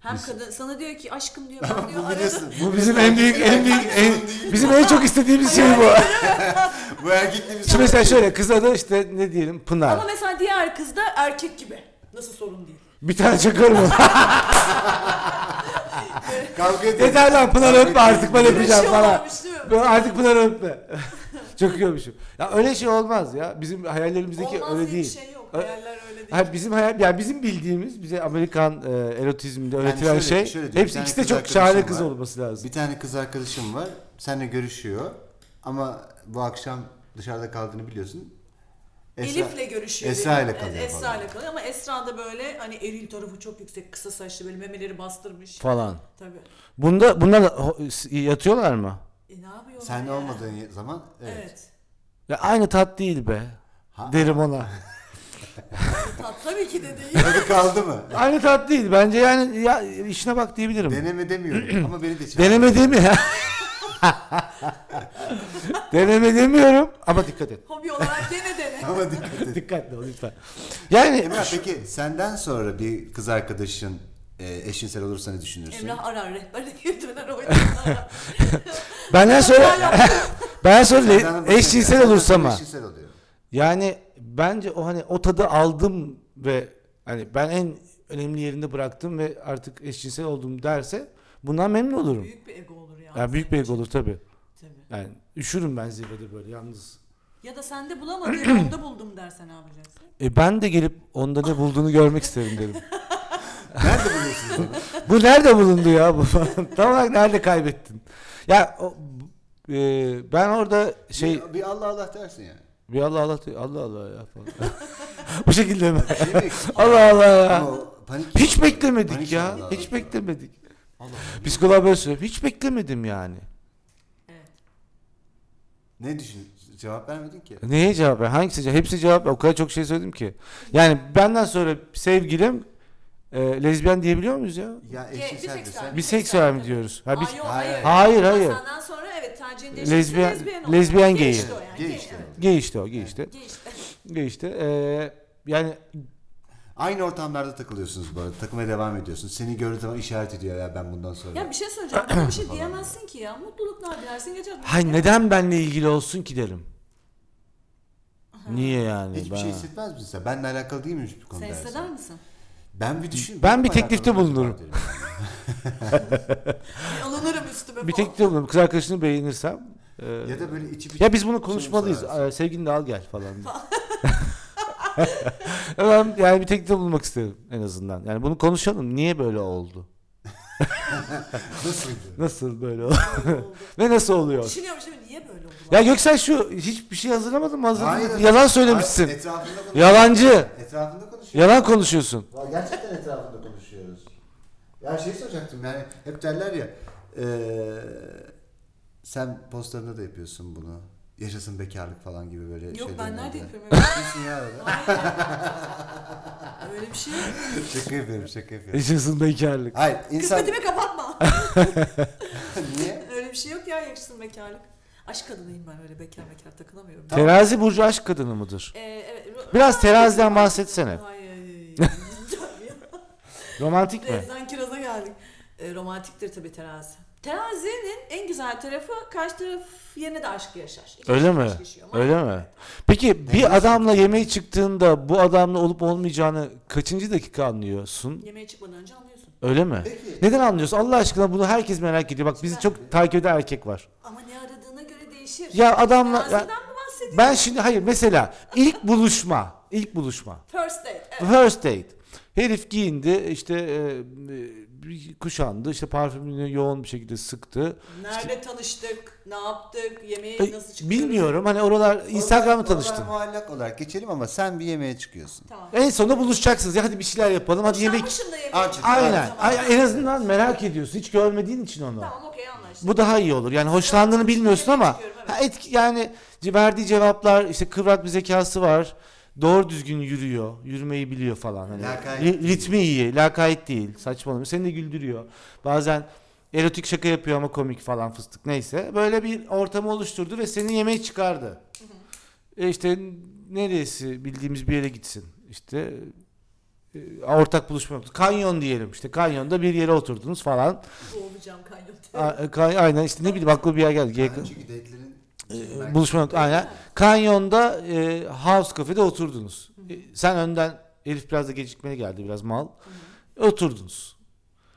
S3: Hem kadın sana diyor ki
S1: *laughs*
S3: aşkım diyor ben diyor
S1: bu
S3: arada.
S1: biliyorsun.
S2: bu bizim en büyük en büyük en- bizim en çok istediğimiz şey *laughs* bu.
S1: Bu erkekle bir
S2: Şimdi şey- mesela şöyle kıza da işte ne diyelim Pınar.
S3: Ama
S2: *laughs*
S3: mesela diğer kız da erkek gibi. Nasıl sorun değil.
S2: Bir tane çakarım.
S1: Kavga ediyor.
S2: Yeter lan Pınar öpme artık ben
S3: Böyle bir
S2: öpeceğim
S3: şey
S2: falan.
S3: olmamış değil mi?
S2: *laughs* Ben artık Pınar öpme. *laughs* Çok yiyormuşum. Ya öyle şey olmaz ya. Bizim hayallerimizdeki
S3: Olmaz
S2: öyle
S3: diye bir
S2: değil.
S3: şey yok.
S2: Ö-
S3: Hayaller öyle değil.
S2: Ha, bizim hayal, ya bizim bildiğimiz bize Amerikan e, erotizminde
S1: Yani
S2: öğretilen
S1: şöyle-
S2: şey,
S1: şöyle diyeyim, bir
S2: hepsi
S1: tane
S2: ikisi de
S1: kız
S2: çok
S1: arkadaşım
S2: şahane kız
S1: var.
S2: olması lazım.
S1: Bir tane kız arkadaşım var. Seninle görüşüyor. Ama bu akşam dışarıda kaldığını biliyorsun. Esra-
S3: Elif'le görüşüyor.
S1: Esra
S3: Elif.
S1: ile kalıyor
S3: Evet, Esra
S1: falan.
S3: ile kalıyor ama Esra da böyle hani eril tarafı çok yüksek kısa saçlı böyle memeleri bastırmış.
S2: Falan.
S3: Tabii.
S2: Bunda bunlar ho- s- yatıyorlar mı?
S3: E ne yapıyor?
S1: Sen
S3: ya?
S1: olmadığın zaman evet.
S3: Evet.
S2: Ya aynı tat değil be.
S1: Ha. *laughs*
S2: Derim ona.
S3: Ta- tabii ki de değil.
S1: Tadı kaldı mı? *laughs*
S2: aynı tat değil. Bence yani ya işine bak diyebilirim.
S1: Deneme
S2: *clears throat*
S1: demiyorum ama beni de çağırıyor.
S2: Deneme demiyorum. *laughs* Deneme demiyorum ama
S1: *laughs*
S2: dikkat et.
S3: Hobi olarak
S2: *laughs*
S3: dene
S1: *laughs*
S3: dene.
S1: Ama dikkat et.
S2: Dikkatli ol lütfen. Yani
S1: Emrah peki senden sonra bir kız arkadaşın e, eşcinsel olursa ne
S2: şey.
S1: düşünürsün?
S3: Emrah arar rehber diye
S2: *laughs*
S3: döner oynar.
S2: benden sonra
S3: Hala
S2: *laughs* benden sonra
S1: Senden
S2: le-
S1: bakın ya,
S2: eşcinsel
S1: senden
S2: olursa
S1: sonra
S2: ama.
S1: Eşcinsel oluyor.
S2: Yani bence o hani o tadı aldım ve hani ben en önemli yerinde bıraktım ve artık eşcinsel oldum derse bundan memnun olurum.
S3: büyük bir ego olur ya.
S2: Yani büyük bir ego olur tabii.
S3: Tabii.
S2: Yani üşürüm ben zirvede böyle yalnız.
S3: Ya da sende bulamadığını *clears throat* onda buldum dersen ne yapacaksın?
S2: E ben de gelip onda ne bulduğunu görmek isterim derim.
S1: Nerede buluyorsunuz onu?
S2: bu nerede bulundu ya bu falan. *laughs* Tam olarak nerede kaybettin? Ya o, e, ben orada şey
S1: Bir, bir Allah Allah dersin
S2: *laughs*
S1: yani.
S2: bir Allah Allah diyor, Allah Allah ya falan. *laughs* bu şekilde mi?
S1: Ne bekliyorsun?
S2: Allah Allah ya.
S1: Şey Ama o panik.
S2: Hiç beklemedik
S1: Panik
S2: ya.
S1: oldu.
S2: Hiç beklemedik.
S1: Allah Allah.
S2: Psikoloğa böyle söylüyorum. Hiç beklemedim yani.
S3: Evet.
S1: Ne düşün? Cevap vermedin ki.
S2: Neye cevap ver? Hangisi cevap? Hepsi cevap ver. O kadar çok şey söyledim ki. Yani benden sonra sevgilim e, lezbiyen diyebiliyor muyuz ya?
S1: Ya
S3: Ge-
S1: eşcinsel
S3: biseksüel.
S1: desen.
S2: Biseksüel mi diyoruz? Ha, biz,
S3: Aa, yok,
S1: Hayır,
S3: hayır.
S2: hayır hayır.
S3: Ama Senden sonra evet tercihin değişti.
S2: Lezbiyen-
S3: Lezbiyen, oldu.
S2: lezbiyen
S3: Gay
S2: geyi.
S3: işte o yani.
S1: Gay
S3: Gay,
S1: işte.
S3: evet.
S2: Gay işte o, gay işte.
S3: Gay işte.
S2: Gay işte. E, yani
S1: Aynı ortamlarda takılıyorsunuz bu arada. Takılmaya devam ediyorsun. Seni gördüğü zaman işaret ediyor ya ben bundan sonra.
S3: Ya bir şey söyleyeceğim. Buna bir şey diyemezsin ki ya. Mutluluklar dilersin geçer.
S2: hay neden benle ilgili olsun ki derim. Niye yani?
S1: Hiçbir
S2: ben...
S1: şey hissetmez misin sen? Benle alakalı değilmiş bu konu
S3: Sen
S1: dersin.
S3: hisseder misin?
S1: Ben bir düşün.
S2: Ben bir
S1: Benimle
S2: teklifte
S1: alakalı mı acaba
S2: bulunurum.
S1: derim.
S3: Bir E, alınırım üstüme
S2: Bir
S3: falan.
S2: tek diyorum kız arkadaşını beğenirsem. e,
S1: ya da böyle içi bir
S2: Ya biz bunu konuşmalıyız.
S1: Sınıflar
S2: Ee, Sevgilini de al gel falan. *laughs* ben yani bir teklifte bulmak isterim en azından. Yani bunu konuşalım. Niye böyle oldu?
S1: Nasıldı?
S2: Nasıl *laughs* böyle oldu?
S3: Oldu.
S2: Ve nasıl oluyor?
S3: Düşünüyorum şimdi niye böyle oldu?
S2: Ya Göksel şu hiçbir şey hazırlamadın mı? Hazırladın.
S1: Hayır.
S2: Yalan söylemişsin.
S1: Hayır, etrafında konuş-
S2: Yalancı.
S1: Etrafında konuşuyoruz.
S2: Yalan konuşuyorsun.
S1: Ya Gerçekten etrafında konuşuyoruz. Ya şey soracaktım yani hep derler ya eee, sen postlarında da yapıyorsun bunu. Yaşasın bekarlık falan gibi böyle
S3: Yok
S1: şeyler.
S3: ben nerede
S1: nerede?
S3: yapıyorum öyle bir şey?
S1: Yapıyorsun ya arada.
S3: Hayır. Öyle bir şey
S2: *laughs*
S3: yok.
S1: *laughs* şaka yapıyorum şaka yapıyorum.
S2: Yaşasın bekarlık.
S1: Hayır insan *laughs*
S3: Kısmetimi kapatma.
S1: niye?
S3: öyle bir şey yok ya yakışsın bekarlık. Aşk kadınıyım ben öyle bekar bekar takılamıyorum.
S1: Tamam.
S2: Terazi burcu aşk kadını mıdır?
S3: Ee, evet.
S2: Biraz teraziden bahsetsene.
S3: Ay, ay, *laughs* ay.
S2: Romantik mi?
S3: Rezden kiraza geldik. E, romantiktir tabii terazi. Terazinin en güzel tarafı karşı taraf yerine de aşkı yaşar. İki
S2: Öyle
S3: kişi
S2: mi?
S3: aşk yaşıyor.
S2: Öyle mi? Peki bir adamla yemeğe çıktığında bu adamla olup olmayacağını kaçıncı dakika anlıyorsun?
S3: Yemeğe çıkmadan önce anlıyorsun.
S2: Öyle mi?
S1: Peki.
S2: Neden anlıyorsun? Allah aşkına bunu herkes merak ediyor. Bak bizi çok takip eden erkek var.
S3: Ama ne aradığına göre değişir.
S2: Ya adamla
S3: Teraziden
S2: ya-
S3: mi bahsediyorsun?
S2: ben şimdi hayır mesela ilk buluşma, ilk buluşma.
S3: First date. Evet.
S2: First date. Herif giyindi, işte e, e, kuşandı, işte parfümünü yoğun bir şekilde sıktı.
S3: Nerede tanıştık? Ne yaptık? Yemeğe
S2: E,
S3: nasıl çıktık?
S2: bilmiyorum hani oralar Instagram'da
S1: Oralar-
S2: tanıştın.
S1: oralar muallak olarak geçelim ama sen bir yemeğe çıkıyorsun.
S3: Tamam.
S2: En sonunda buluşacaksınız. Ya hadi bir şeyler yapalım. Hadi yemek
S3: Hoşlanmışım da yemeğe
S1: Aynen.
S3: çıktık.
S2: Aynen.
S3: Tamam.
S2: Ay- En azından merak ediyorsun. Hiç görmediğin için onu.
S3: Tamam okey anlaştık.
S2: Bu daha iyi olur. Yani hoşlandığını bilmiyorsun ama
S3: Biliyorum, evet.
S2: ha, etki, yani ce- verdiği cevaplar işte kıvrak bir zekası var. Doğru düzgün yürüyor. Yürümeyi biliyor falan. Hani
S1: Lakayt
S2: ri-
S1: değil.
S2: ritmi iyi. Lakayt değil. Saçmalamıyor. Seni de güldürüyor. Bazen erotik şaka yapıyor ama komik falan fıstık neyse. Böyle bir ortamı oluşturdu ve seni yemeğe çıkardı. E işte neresi bildiğimiz bir yere gitsin. İşte e, ortak buluşma yoktu. Kanyon diyelim işte. Kanyonda bir yere oturdunuz falan.
S3: Boğulacağım kanyonda.
S2: A- e, kay- aynen işte ne bileyim aklıma bir yer geldi. Yakın-
S1: Çünkü date'lerin
S2: e, buluşma nokta- aynen. Kanyonda e, House Cafe'de oturdunuz. E, sen önden Elif biraz da gecikmeli geldi biraz mal. Oturdunuz.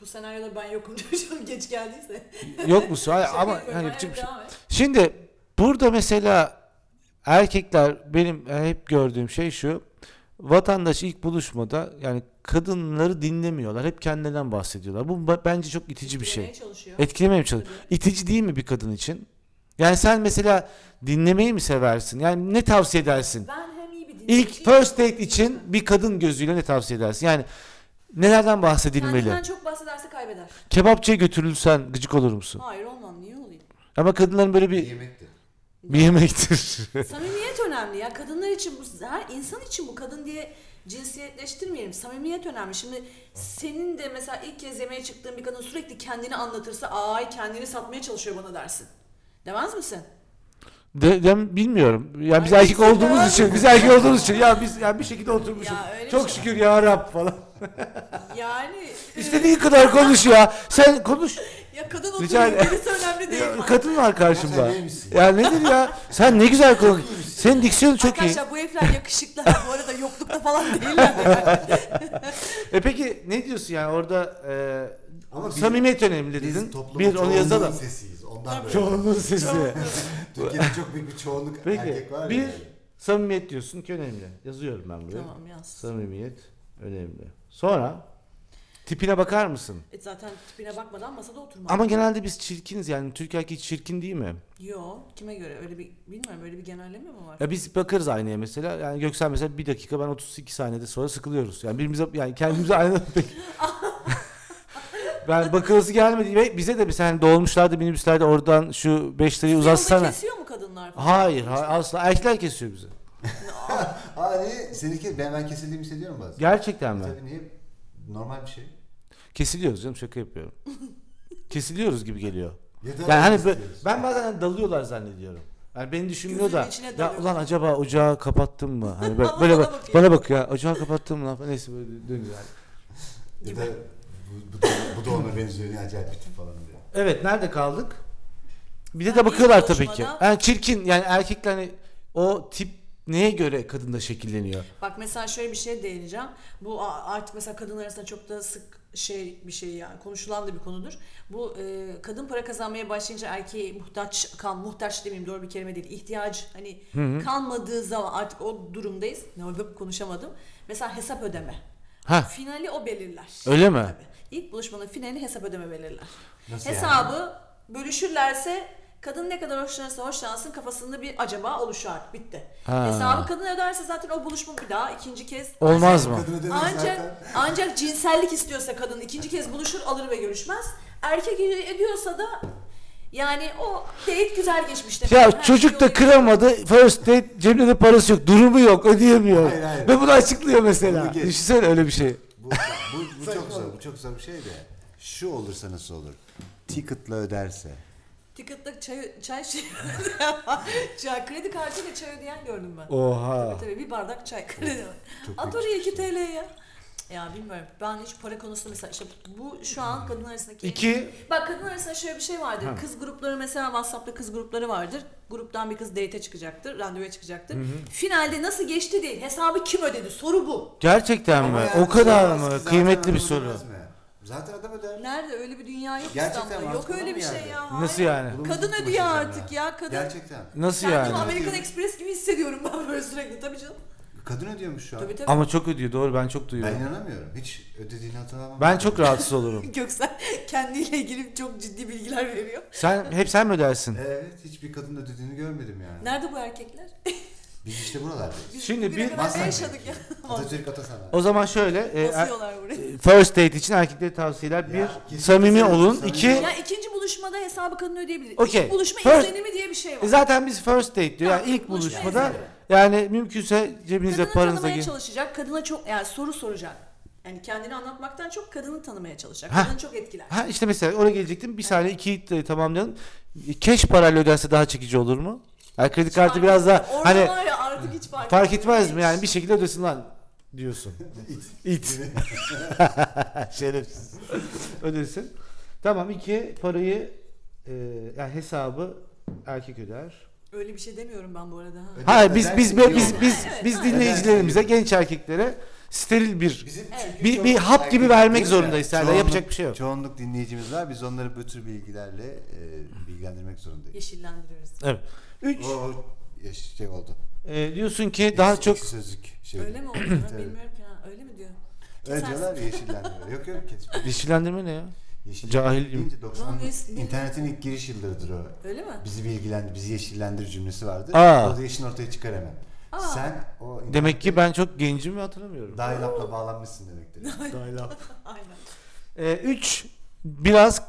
S3: Bu senaryoda ben yokum *laughs* diyeceğim geç geldiyse.
S2: Yok musun? Hayır,
S3: Şaka
S2: ama
S3: Şey yapıyorum,
S2: hani
S3: hayır,
S2: çünkü-
S3: devam et.
S2: Şimdi burada mesela erkekler benim hep gördüğüm şey şu. Vatandaş ilk buluşmada yani kadınları dinlemiyorlar. Hep kendinden bahsediyorlar. Bu ba- bence çok itici bir şey.
S3: Yemeye çalışıyor.
S2: Etkilemeye mi çalışıyor? İtici değil mi bir kadın için? Yani sen mesela dinlemeyi mi seversin? Yani ne tavsiye edersin?
S3: Ben hem iyi bir dinleyiciyim.
S2: İlk first date için bir kadın gözüyle ne tavsiye edersin? Yani nelerden bahsedilmeli?
S3: Kendinden çok bahsederse kaybeder.
S2: Kebapçıya götürülsen gıcık olur musun?
S3: Hayır olmam niye olayım?
S2: Ama kadınların böyle bir,
S1: Yemekti.
S2: bir yemektir.
S3: Samimiyet önemli ya. Kadınlar için bu, her insan için bu kadın diye cinsiyetleştirmeyelim. Samimiyet önemli. Şimdi senin de mesela ilk kez yemeğe çıktığın bir kadın sürekli kendini anlatırsa ay kendini satmaya çalışıyor bana dersin. Demez misin?
S2: *laughs* De, dem- bilmiyorum. Ya biz
S3: Ay,
S2: erkek
S3: biz
S2: olduğumuz
S3: ya.
S2: için, biz erkek olduğumuz için ya biz ya bir şekilde oturmuşuz.
S3: Ya öyle
S2: Çok
S3: şey.
S2: şükür ya Rab falan.
S3: Yani
S2: İstediğin kadar konuş ya. Sen konuş.
S3: ya kadın
S2: Rica
S3: oturuyor
S2: ederim.
S3: gerisi önemli değil.
S2: Ya, kadın var
S1: Ya
S2: karşımda.
S1: sen neymişsin?
S2: Ya nedir ya? Sen ne güzel konuş. Senin diksiyonun çok iyi.
S3: Arkadaşlar bu herifler yakışıklı. *laughs* ha. bu arada yoklukta falan değiller.
S2: *laughs* E peki ne diyorsun yani orada e,
S1: Ama biz-
S2: samimiyet önemli dedin.
S1: Biz toplumun
S2: Bir onu yazalım.
S1: çoğunluğun sesiyiz. Ondan böyle.
S2: Çoğunluğun sesi.
S1: Türkiye'de çok büyük bir çoğunluk
S2: Peki
S1: erkek var
S2: bir
S1: ya.
S2: samimiyet diyorsun ki önemli. Yazıyorum ben buraya.
S3: tamam yaz.
S2: Samimiyet önemli. Sonra tipine bakar mısın?
S3: E zaten tipine bakmadan masada oturmak.
S2: Ama genelde biz çirkiniz yani Türk erkeği çirkin değil mi?
S3: Yo kime göre öyle bir bilmiyorum öyle bir genelleme mi var?
S2: Ya biz bakarız aynaya mesela. Yani Göksel mesela bir dakika ben 32 saniyede sonra sıkılıyoruz. Yani birbirimize yani kendimize aynada *laughs* ben bakılası gelmedi ve bize de mesela hani dolmuşlarda minibüslerde oradan şu 5 lirayı
S3: Yolda
S2: uzatsana.
S3: kesiyor mu kadınlar? falan?
S2: Hayır, hayır asla erkekler kesiyor bizi.
S1: Aa niye? Seninki ben, ben kesildiğimi hissediyorum bazen.
S2: Gerçekten mi?
S1: Tabii niye? Normal bir şey.
S2: Kesiliyoruz canım şaka
S3: *laughs*
S2: yapıyorum. Kesiliyoruz gibi geliyor.
S1: Yeter
S2: Yani hani böyle-
S1: istiyoruz.
S2: ben bazen hani dalıyorlar zannediyorum. Yani beni düşünmüyor
S3: Gözünün
S2: da
S3: içine
S2: ya
S3: dalıyor.
S2: ulan acaba ocağı kapattım mı? Hani böyle,
S3: *laughs* Bana
S2: böyle
S3: bana
S2: bak,
S3: bakıyor.
S2: bana bak ya ocağı kapattım mı lan? Neyse böyle dönüyor. yani.
S1: Ya da bu, bu, da, bu da ona benziyor. Ne acayip bir tip falan diye.
S2: Evet nerede kaldık? Bir de
S3: Yani
S2: de bakıyorlar
S3: ilk
S2: tabii ki.
S3: buluşmada-
S2: Yani çirkin yani erkekler hani o tip neye göre kadında şekilleniyor?
S3: Bak mesela şöyle bir şey değineceğim. Bu a- artık mesela kadın arasında çok da sık şey bir şey yani konuşulan da bir konudur. Bu e, kadın para kazanmaya başlayınca erkeğe muhtaç kan muhtaç demeyeyim doğru bir kelime değil. İhtiyaç hani kalmadığı zaman artık o durumdayız. Ne oldu konuşamadım. Mesela hesap ödeme.
S2: Ha
S3: Finali o belirler.
S2: öyle mi?
S3: İlk buluşmanın finali hesap ödeme belirler.
S1: Nasıl yani?
S3: Hesabı bölüşürlerse kadın ne kadar hoşlanırsa hoşlansın kafasında bir acaba oluşar. Bitti.
S2: Ha.
S3: Hesabı kadın öderse zaten o buluşma bir daha ikinci kez.
S2: Olmaz mı?
S1: Kadın ödemez zaten.
S3: Ancak ancak cinsellik istiyorsa kadın ikinci kez buluşur alır ve görüşmez. Erkek ediyorsa da yani o date güzel geçmiş demek. Her
S2: Ya
S3: şey
S2: çocuk da
S3: yolunda.
S2: kıramadı. First date cebinde de parası yok. Durumu yok. Ödeyemiyor.
S1: Hayır, hayır.
S2: Ve bunu açıklıyor mesela.
S1: Bunu geç.
S2: Düşünsene öyle bir şey.
S1: Bu, bu, bu çok zor. Bu çok zor bir şey de. Şu olursa nasıl olur? Ticket'la öderse.
S3: Ticket'ta çay, çay şey *laughs* çay, kredi kartıyla çay ödeyen gördüm ben.
S2: Oha.
S3: Tabii bir bardak çay *laughs* kredi.
S1: Çok
S3: At
S1: büyük
S3: oraya 2 TL ya. Ya bilmiyorum. Ben hiç para konusunda mesela işte bu şu an kadın arasındaki...
S2: İki.
S3: Bak kadın arasında şöyle bir şey vardır. Kız grupları mesela WhatsApp'ta kız grupları vardır. Gruptan bir kız date'e çıkacaktır, randevuya çıkacaktır. Finalde nasıl geçti değil, hesabı kim ödedi? Soru bu.
S2: Gerçekten
S1: Ama
S2: mi?
S1: yani
S2: o kadar
S1: ödemez ki.
S2: mı?
S1: Zaten
S2: Kıymetli
S1: adam
S2: bir soru.
S1: ödemez mi? Zaten adam öder.
S3: Nerede öyle bir dünya yok
S1: Gerçekten
S3: İstanbul'da. Yok
S1: mantıklı
S3: öyle bir
S1: mı
S3: şey
S1: yani?
S3: ya. hayır.
S2: Nasıl yani?
S3: Kadın
S1: Bunu
S3: ödüyor
S1: konuşacağım
S3: artık
S1: ya.
S3: ya. Kadın.
S1: Gerçekten.
S2: Nasıl yani?
S3: Kendimi Amerikan Express gibi hissediyorum *laughs* ben böyle sürekli tabii canım.
S1: Kadın ödüyormuş şu an.
S3: Tabii tabii.
S2: Ama çok ödüyor. Doğru ben çok
S1: Ben
S2: duyuyorum.
S1: inanamıyorum. Hiç ödediğini hatırlamam.
S2: Ben çok rahatsız olurum.
S3: Göksel *laughs* kendiyle ilgili çok ciddi bilgiler veriyor.
S2: Sen hep sen mi ödersin?
S1: Evet hiçbir kadın ödediğini görmedim yani.
S3: Nerede bu erkekler?
S1: Biz işte
S3: *laughs*
S1: buralardayız.
S3: Biz
S2: Şimdi
S3: bugüne
S2: bir-
S3: kadar ne
S1: Masal-
S3: yaşadık ya?
S1: Atatürk Atasanayi.
S2: O zaman şöyle, *laughs* e, er-
S3: Basıyorlar buraya.
S2: first date için erkeklere tavsiyeler bir
S1: Ya, kesinlikle
S2: samimi
S1: samimi-
S2: olun,
S1: samimi
S2: iki
S1: olun.
S3: Ya ikinci buluşmada hesabı kadın ödeyebilir.
S2: e, Okey.
S3: İlk buluşma
S2: First-
S3: izlenimi diye bir şey var.
S2: e, zaten biz first date diyor.
S3: Ya,
S2: Yani ilk
S3: buluşma
S2: buluşmada
S3: izlenimi.
S2: yani mümkünse cebinize
S3: Kadını
S2: paranıza
S3: tanımaya
S2: gir.
S3: çalışacak, kadına çok yani soru soracak. Yani kendini anlatmaktan çok kadını tanımaya çalışacak.
S2: Hah.
S3: Kadını çok etkiler.
S2: Ha işte mesela oraya gelecektim. Bir saniye iki de tamamlayalım. Keş parayla ödense daha çekici olur mu? Yani kredi kartı biraz daha
S3: Orada
S2: hani
S3: var ya artık hiç fark,
S2: fark etmez mi yani bir şekilde ödesin lan diyorsun. İt. *laughs* Şerefsiz. ödesin. Tamam iki parayı e, yani hesabı erkek öder.
S3: Öyle bir şey demiyorum ben bu arada. Ha.
S1: Öder-
S2: Hayır biz
S1: öderse
S2: biz
S1: iyi
S2: biz
S1: olur.
S2: biz biz,
S3: Evet,
S2: biz
S3: evet.
S2: dinleyicilerimize genç erkeklere steril bir
S1: Bizim
S3: Evet.
S2: bir, bir hap gibi vermek zorundayız. Serdar
S1: Çoğunluk-
S2: yapacak bir şey yok.
S1: Çoğunluk dinleyicimiz var. Biz onları bu tür bilgilerle e, bilgilendirmek zorundayız.
S3: Yeşillendiriyoruz.
S2: 3
S1: O yaş- şey oldu.
S2: e, diyorsun ki daha
S1: Eksi-
S2: çok
S1: eksi sözlük şey.
S3: Öyle mi oluyor? Ben
S1: Tabii.
S3: Bilmiyorum ki. Ha, öyle mi diyor?
S1: Öyle
S3: Kesersin.
S1: diyorlar ya, yeşillendiriyor. yok yok kes.
S2: *laughs* dişilendirme ne ya?
S1: Yeşil
S2: Cahilim.
S1: deyince 90
S3: Lan biz-
S1: internetin ilk giriş yıllarıdır o.
S3: Öyle mi?
S1: Bizi bilgilendir, bizi yeşillendir cümlesi vardır.
S2: Aa.
S1: O da yeşil ortaya çıkar hemen.
S3: Aa.
S1: Sen o *laughs*
S2: Demek ki ben çok gencim ve hatırlamıyorum.
S1: dial-up'la bağlanmışsın
S3: *laughs*
S1: demektir.
S3: Aynen.
S2: 3 E, biraz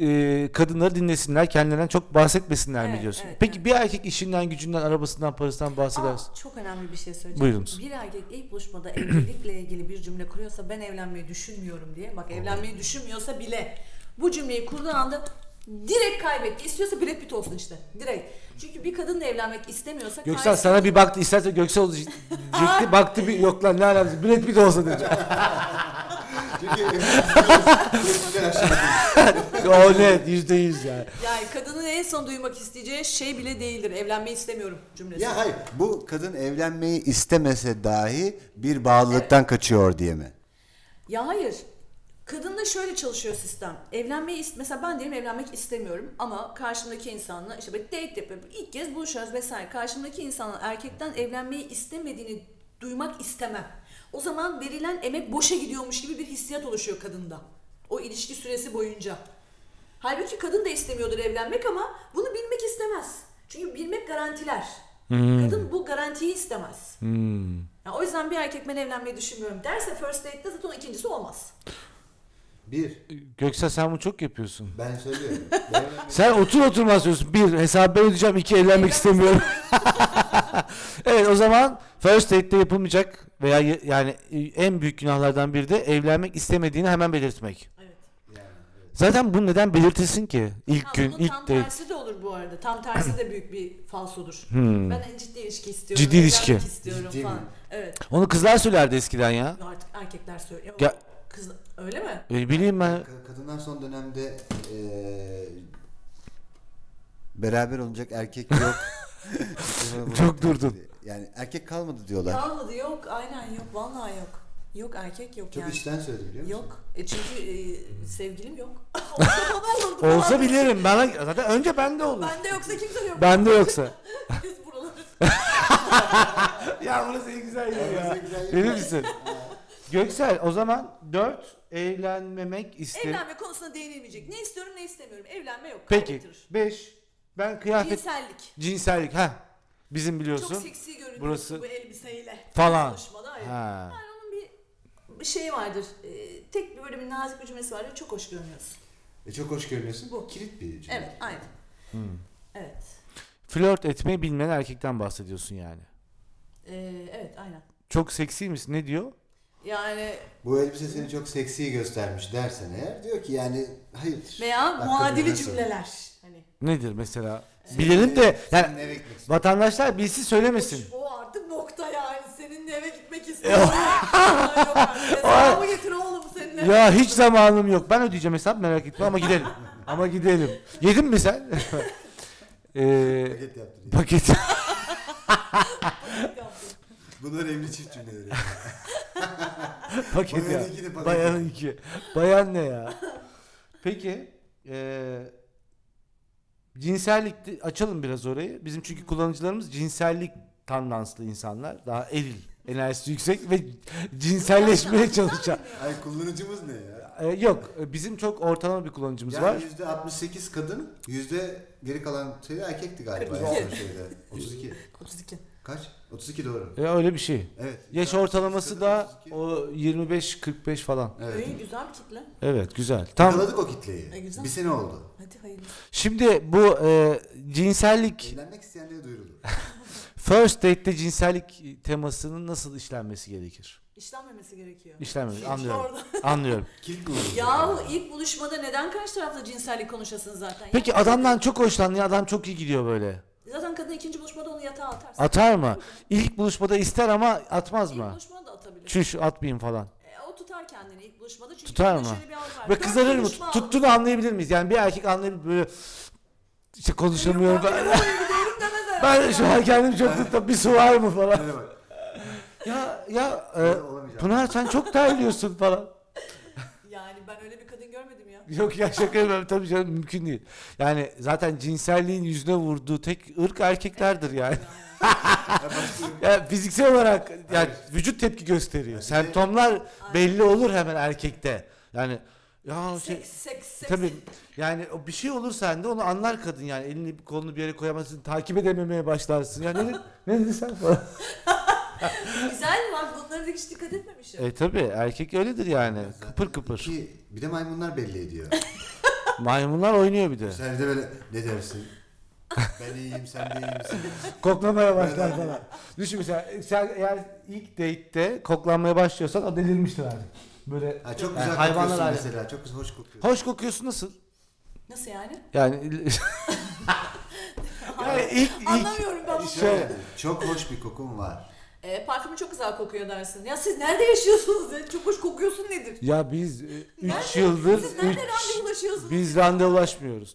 S2: e, kadınları dinlesinler, kendilerinden çok bahsetmesinler mi
S3: Evet,
S2: diyorsun?
S3: evet,
S2: Peki
S3: evet.
S2: bir erkek işinden, gücünden, arabasından, parasından bahsedersin.
S3: Aa, çok önemli bir şey söyleyeceğim.
S2: Buyurunuz.
S3: Bir erkek ilk buluşmada *clears throat* evlilikle ilgili bir cümle kuruyorsa ben evlenmeyi düşünmüyorum diye. Bak evlenmeyi düşünmüyorsa bile bu cümleyi kurduğu anda direkt kaybetti. İstiyorsa Brad Pitt olsun işte. Direkt. Çünkü bir kadınla evlenmek istemiyorsa
S2: Göksel sana bir baktı isterse Göksel
S3: *laughs*
S2: olacaktı. baktı bir yok lan ne alakası Brad Pitt olsa
S3: *laughs*
S2: dedi.
S1: Çünkü
S3: *laughs*
S2: o net yüzde yüz yani.
S3: Yani kadının en son duymak isteyeceği şey bile değildir. Evlenmeyi istemiyorum cümlesi.
S1: ya hayır bu kadın evlenmeyi istemese dahi bir bağlılıktan kaçıyor diye mi?
S3: Ya hayır. Kadınla şöyle çalışıyor sistem. Evlenmeyi ist mesela ben diyelim evlenmek istemiyorum ama karşımdaki insanla işte böyle date yapıyorum. İlk kez buluşuyoruz vesaire. Karşımdaki insanın erkekten evlenmeyi istemediğini duymak istemem. O zaman verilen emek boşa gidiyormuş gibi bir hissiyat oluşuyor kadında. O ilişki süresi boyunca. Halbuki kadın da istemiyordur evlenmek ama bunu bilmek istemez. Çünkü bilmek garantiler. Kadın bu garantiyi istemez. Ya o yüzden bir erkek ben evlenmeyi düşünmüyorum derse first date'de zaten o ikincisi olmaz.
S1: Bir,
S2: Göksel sen bunu çok yapıyorsun.
S1: ben *laughs* söylüyorum.
S2: Sen otur oturmaz diyorsun. Bir hesabı ödeyeceğim. iki evlenmek istemiyorum. *laughs* evet o zaman first date'de yapılmayacak veya y- yani e, en büyük günahlardan biri de evlenmek istemediğini hemen belirtmek.
S3: Evet.
S2: Zaten bu neden belirtilsin ki? İlk
S3: Ha,
S2: gün,
S3: bunun
S2: ilk
S3: tam
S2: date.
S3: tersi de olur bu arada. Tam tersi de büyük bir falsodur. Ben en ciddi ilişki istiyorum.
S2: Hmm. Ciddi
S3: evlenmek
S2: ilişki.
S3: istiyorum
S1: Ciddi
S3: falan.
S1: mi?
S3: Evet.
S2: Onu kızlar söylerdi eskiden ya.
S3: Artık erkekler söylüyor.
S2: Ya-
S3: Kız öyle mi?
S2: E, bileyim ben.
S1: Kadınlar son dönemde eee beraber olacak erkek
S2: *laughs*
S1: yok.
S2: Çok durdun.
S1: Yani erkek kalmadı diyorlar.
S3: Kalmadı yok. Aynen yok. Vallahi yok. Yok erkek yok
S1: Çok
S3: yani.
S1: içten söyledim biliyor musun?
S3: Yok. E çünkü e, sevgilim yok. *laughs* Olsa
S2: *laughs*
S3: bana olurdu falan.
S2: Olsa bilirim. Bana, zaten önce bende olur.
S3: Bende yoksa kimse yok.
S2: Bende yoksa.
S3: Biz buralar.
S2: *laughs* ya burası en güzel yeri ya.
S1: Güzel, güzel.
S2: Verir misin? *laughs* Göksel o zaman 4 evlenmemek isterim.
S3: Evlenme konusuna değinilmeyecek. Ne istiyorum ne istemiyorum. Evlenme yok.
S2: Peki
S3: Kaybettirir.
S2: 5 ben kıyafet
S3: Cinsellik.
S2: cinsellik ha bizim
S3: Çok
S2: biliyorsun
S3: seksi görünüyorsun
S2: Burası-
S3: bu elbiseyle.
S2: Falan.
S3: Konuşmada ayrı.
S2: ha.
S3: Yani onun bir, bir şeyi vardır. Ee, tek bir böyle bir nazik bir cümlesi vardır. Çok hoş görünüyorsun.
S1: E, çok hoş görünüyorsun.
S3: Bu.
S1: Kilit bir cümle.
S3: Evet, aynen.
S2: Hmm.
S3: Evet.
S2: flört etmeyi bilmeyen erkekten bahsediyorsun yani.
S3: Ee, evet, aynen.
S2: Çok seksi misin ne diyor?
S3: Yani
S1: Bu elbise seni çok seksi göstermiş dersen eğer diyor ki yani hayır.
S3: veya
S1: Bak, kadınlar söylüyor.
S3: muadili cümleler. Hani
S2: Nedir mesela? Bilelim de
S1: Senin eve
S2: yani
S1: gitmek istiyorum.
S2: vatandaşlar bilsin söylemesin.
S3: hoş, o artık nokta yani. Seninle eve
S2: *laughs*
S3: gitmek istemiyorum. Ay, Yok artık. Hesabımı getir oğlum seninle.
S2: Ya hiç zamanım yok. Ben ödeyeceğim hesap merak etme ama
S3: *laughs*
S2: gidelim. ama gidelim. Yedin mi sen? *laughs* ee,
S1: Hareket yaptı diye.
S2: paket.
S1: Bunlar evli çift
S3: *laughs*
S1: cümleleri.
S2: Paket ya.
S1: Bayanın iki de paket.
S2: Bayan iki. Bayan ne ya? *laughs* Peki eee cinsellik açalım biraz orayı. Bizim çünkü kullanıcılarımız cinsellik tandanslı insanlar. Daha eril, enerjisi yüksek ve
S1: *laughs*
S2: cinselleşmeye çalışan.
S1: Ay kullanıcımız ne ya?
S2: Eee, yok, e, bizim çok ortalama bir kullanıcımız var.
S1: Yani yüzde 68 kadın, yüzde geri kalan şey erkekti galiba. en son şeyde. 32.
S3: 32.
S1: Kaç? 32 doğru.
S2: Eee, öyle bir şey.
S1: Evet.
S2: Yaş
S1: Yüzde
S2: ortalaması
S1: 68
S2: da
S1: 32.
S2: o 25-45 falan.
S1: Evet.
S3: İyi, güzel bir kitle.
S2: Evet, güzel. Tam.
S1: Yakaladık o kitleyi.
S3: E, güzel.
S1: Bir sene oldu.
S3: Hadi hayırlısı.
S2: Şimdi bu eee, cinsellik
S1: Evlenmek isteyenlere duyurulur.
S2: First date'te cinsellik temasının nasıl işlenmesi gerekir?
S3: İşlenmemesi gerekiyor.
S2: İşlenmemiz
S3: İşte
S2: anlıyorum.
S3: orada.
S2: *laughs*
S3: *laughs*
S2: Anlıyorum.
S1: Kilit mi olur?
S3: Yahu ilk buluşmada neden karşı tarafla cinsellik konuşasın zaten?
S2: Peki
S3: Yani
S2: adamdan çok hoşlanıyor. Adam çok iyi gidiyor böyle.
S3: Zaten kadın ikinci buluşmada onu yatağa atarsın.
S2: Atar mı? İlk buluşmada ister ama atmaz
S3: İlk
S2: mı?
S3: buluşmada da atabilir.
S2: Çüş atmayayım falan.
S3: E, o tutar kendini ilk buluşmada çünkü
S2: Tutar
S3: kadın
S2: mı?
S3: şöyle bir haz var.
S2: Ve
S3: Dört
S2: kızarır mı?
S3: buluşma aldım.
S2: Tuttuğunu anlayabilir miyiz? Yani bir erkek anlayabilir böyle işte konuşamıyorum. Ben,
S3: Ben bir oraya gidelim demez herhalde.
S2: ben şu an kendimi çok tuttum. Bir su var mı falan.
S1: Öyle bak.
S2: Ya ya e,
S1: Böyle olamayacak.
S2: Pınar sen çok terliyorsun falan.
S3: Yani ben öyle bir kadın görmedim ya.
S2: Yok ya şaka yapıyorum tabii canım mümkün değil. Yani zaten cinselliğin yüzüne vurduğu tek ırk erkeklerdir yani. ya fiziksel olarak yani vücut tepki gösteriyor. Semptomlar belli olur hemen erkekte. Yani ya şey,
S3: Seks seks seks.
S2: tabii yani o bir şey olur sende onu anlar kadın yani elini kolunu bir yere koyamazsın takip edememeye başlarsın. Ya ne, ne dedin sen falan.
S3: Güzel mi? Bak bunlara da hiç dikkat etmemişim.
S2: E tabi erkek öyledir yani
S1: Zaten
S2: kıpır kıpır.
S1: Ki bir de maymunlar belli ediyor.
S2: Maymunlar oynuyor bir de.
S1: Sen bir de böyle ne dersin? Ben iyiyim sen de iyi misin?
S2: Koklamaya başlar falan. Düşün mesela sen eğer ilk date'te koklanmaya başlıyorsan o delirmiştir artık. Böyle
S1: Ha, çok
S2: Yani
S1: güzel
S2: hayvanlar
S1: kokuyorsun
S2: hali.
S1: mesela. Çok güzel, hoş kokuyorsun.
S2: hoş kokuyorsun nasıl?
S3: Nasıl yani?
S2: Yani
S1: *laughs*
S2: yani ilk ilk
S3: Anlamıyorum ben bunu.
S2: şöyle
S1: Çok hoş bir kokun var.
S3: E, parfümü çok güzel kokuyor dersin. Ya siz nerede yaşıyorsunuz? Ya? Çok hoş kokuyorsun nedir?
S2: ya biz
S3: Nerede-
S2: 3 yıldır
S3: Siz nerede
S2: üç-
S3: randevulaşıyorsunuz?
S2: biz randevulaşmıyoruz.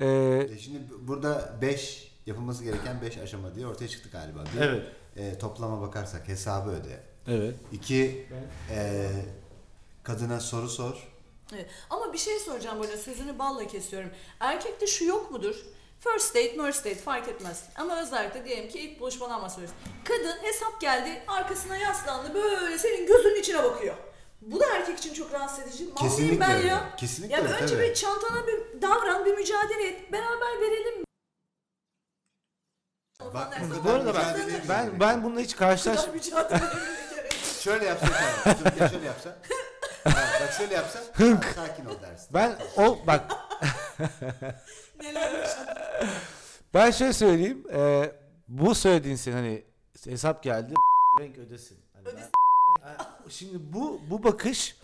S2: Ee,
S1: E Şimdi bu- burada 5 yapılması gereken 5 aşama diye ortaya çıktı galiba. Bir,
S2: Evet.
S1: e, toplama bakarsak hesabı öde.
S2: evet.
S1: İki, e, kadına soru sor.
S3: Evet. Ama bir şey soracağım böyle sözünü balla kesiyorum. Erkekte şu yok mudur? First date, first date fark etmez. Ama özellikle diyelim ki ilk buluşmadan bahsediyoruz. Kadın hesap geldi, arkasına yaslandı, böyle senin gözünün içine bakıyor. Bu da erkek için çok rahatsız edici. Mal mıyım
S1: Kesinlikle
S3: ben
S1: öyle.
S3: ya.
S1: Kesinlikle
S3: Ya
S1: öyle,
S3: önce
S1: tabii.
S3: bir çantana bir davran, bir mücadele et. Beraber verelim.
S1: Bak, bu kadar
S2: Bu arada ben
S1: mücadele
S3: *laughs*
S1: etmeye gerek
S2: ben
S1: yok.
S2: ben bununla hiç karşılaş
S3: Kadar mücadele *laughs* etmeye gerek yok.
S1: Şöyle yapsa tamam. Dur, ya şöyle yapsa. Ha, bak şöyle yapsa. ha, sakin ol dersin.
S2: ben o bak
S1: *laughs*
S3: Neler yaşadın?
S2: Ben şey söyleyeyim. E, bu söylediğin senin hani hesap geldi. Renk ödesin. Hani ben- Ha, şimdi bu bu bakış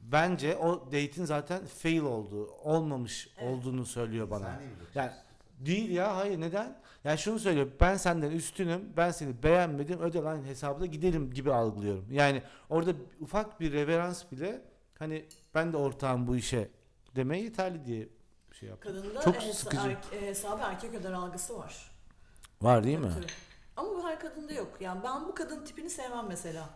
S2: bence o date'in zaten fail olduğu, olmamış olduğunu söylüyor bana.
S1: Saniye bile.
S2: Yani değil ya hayır neden? Yani şunu söylüyor ben senden üstünüm ben seni beğenmedim öde lan hesabı da gidelim gibi algılıyorum. Yani orada ufak bir reverans bile hani ben de ortağım bu işe demeye yeterli diye şey yaptım.
S3: Kadında
S2: Çok
S3: hesa-
S2: sıkıcı.
S3: erk- e, hesabı erkek öder algısı var.
S2: Var değil mi?
S3: Tabii. Ama bu her kadında yok. Yani ben bu kadın tipini sevmem mesela.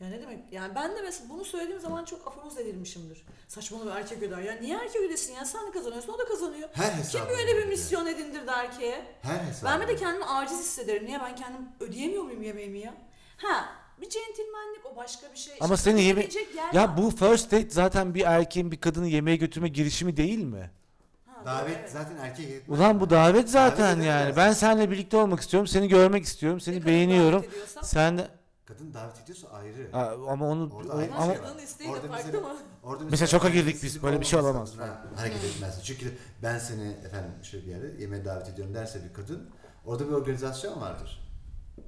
S3: Ya ne demek? Yani ben de mesela bunu söylediğim zaman çok aforoz edilmişimdir. Saçmalama erkek öder. Ya niye erkek ödesin ya? Sen de kazanıyorsun, o da kazanıyor.
S1: Her hesabı
S3: Kim böyle bir
S1: ödüyor.
S3: misyon edindirdi erkeğe?
S1: Her hesabı.
S3: Ben bir de kendimi aciz hissederim. Niye ben kendim ödeyemiyor muyum yemeğimi ya? Ha, bir centilmenlik o başka bir şey.
S2: Ama
S3: İşte
S2: seni yeme
S3: ödeyecek yer var.
S2: Ya bu first date zaten bir erkeğin bir kadını yemeğe götürme girişimi değil mi?
S3: Ha,
S1: Davet
S3: evet.
S1: zaten erkek etmez.
S2: Ulan bu davet zaten
S1: Davet
S2: yani.
S1: edemez.
S2: Ben seninle birlikte olmak istiyorum. Seni görmek istiyorum. Seni
S3: Ne kadar
S2: beğeniyorum.
S3: davet ediyorsam-
S2: Sen de-
S1: Kadın davet ediyorsa ayrı.
S2: Ha, ama onu
S1: Orada
S2: o-
S1: ayrı bir
S2: ama
S1: şey var.
S3: Kadının isteği de farklı
S1: bize-
S3: mı?
S1: Orada
S2: Mesela şoka girdik biz, böyle bir şey
S1: olmaması
S2: olamaz.
S1: lazım. Ha, Hareket etmez. Çünkü ben seni efendim şöyle bir yere yemeğe davet ediyorum derse bir kadın orada bir organizasyon vardır.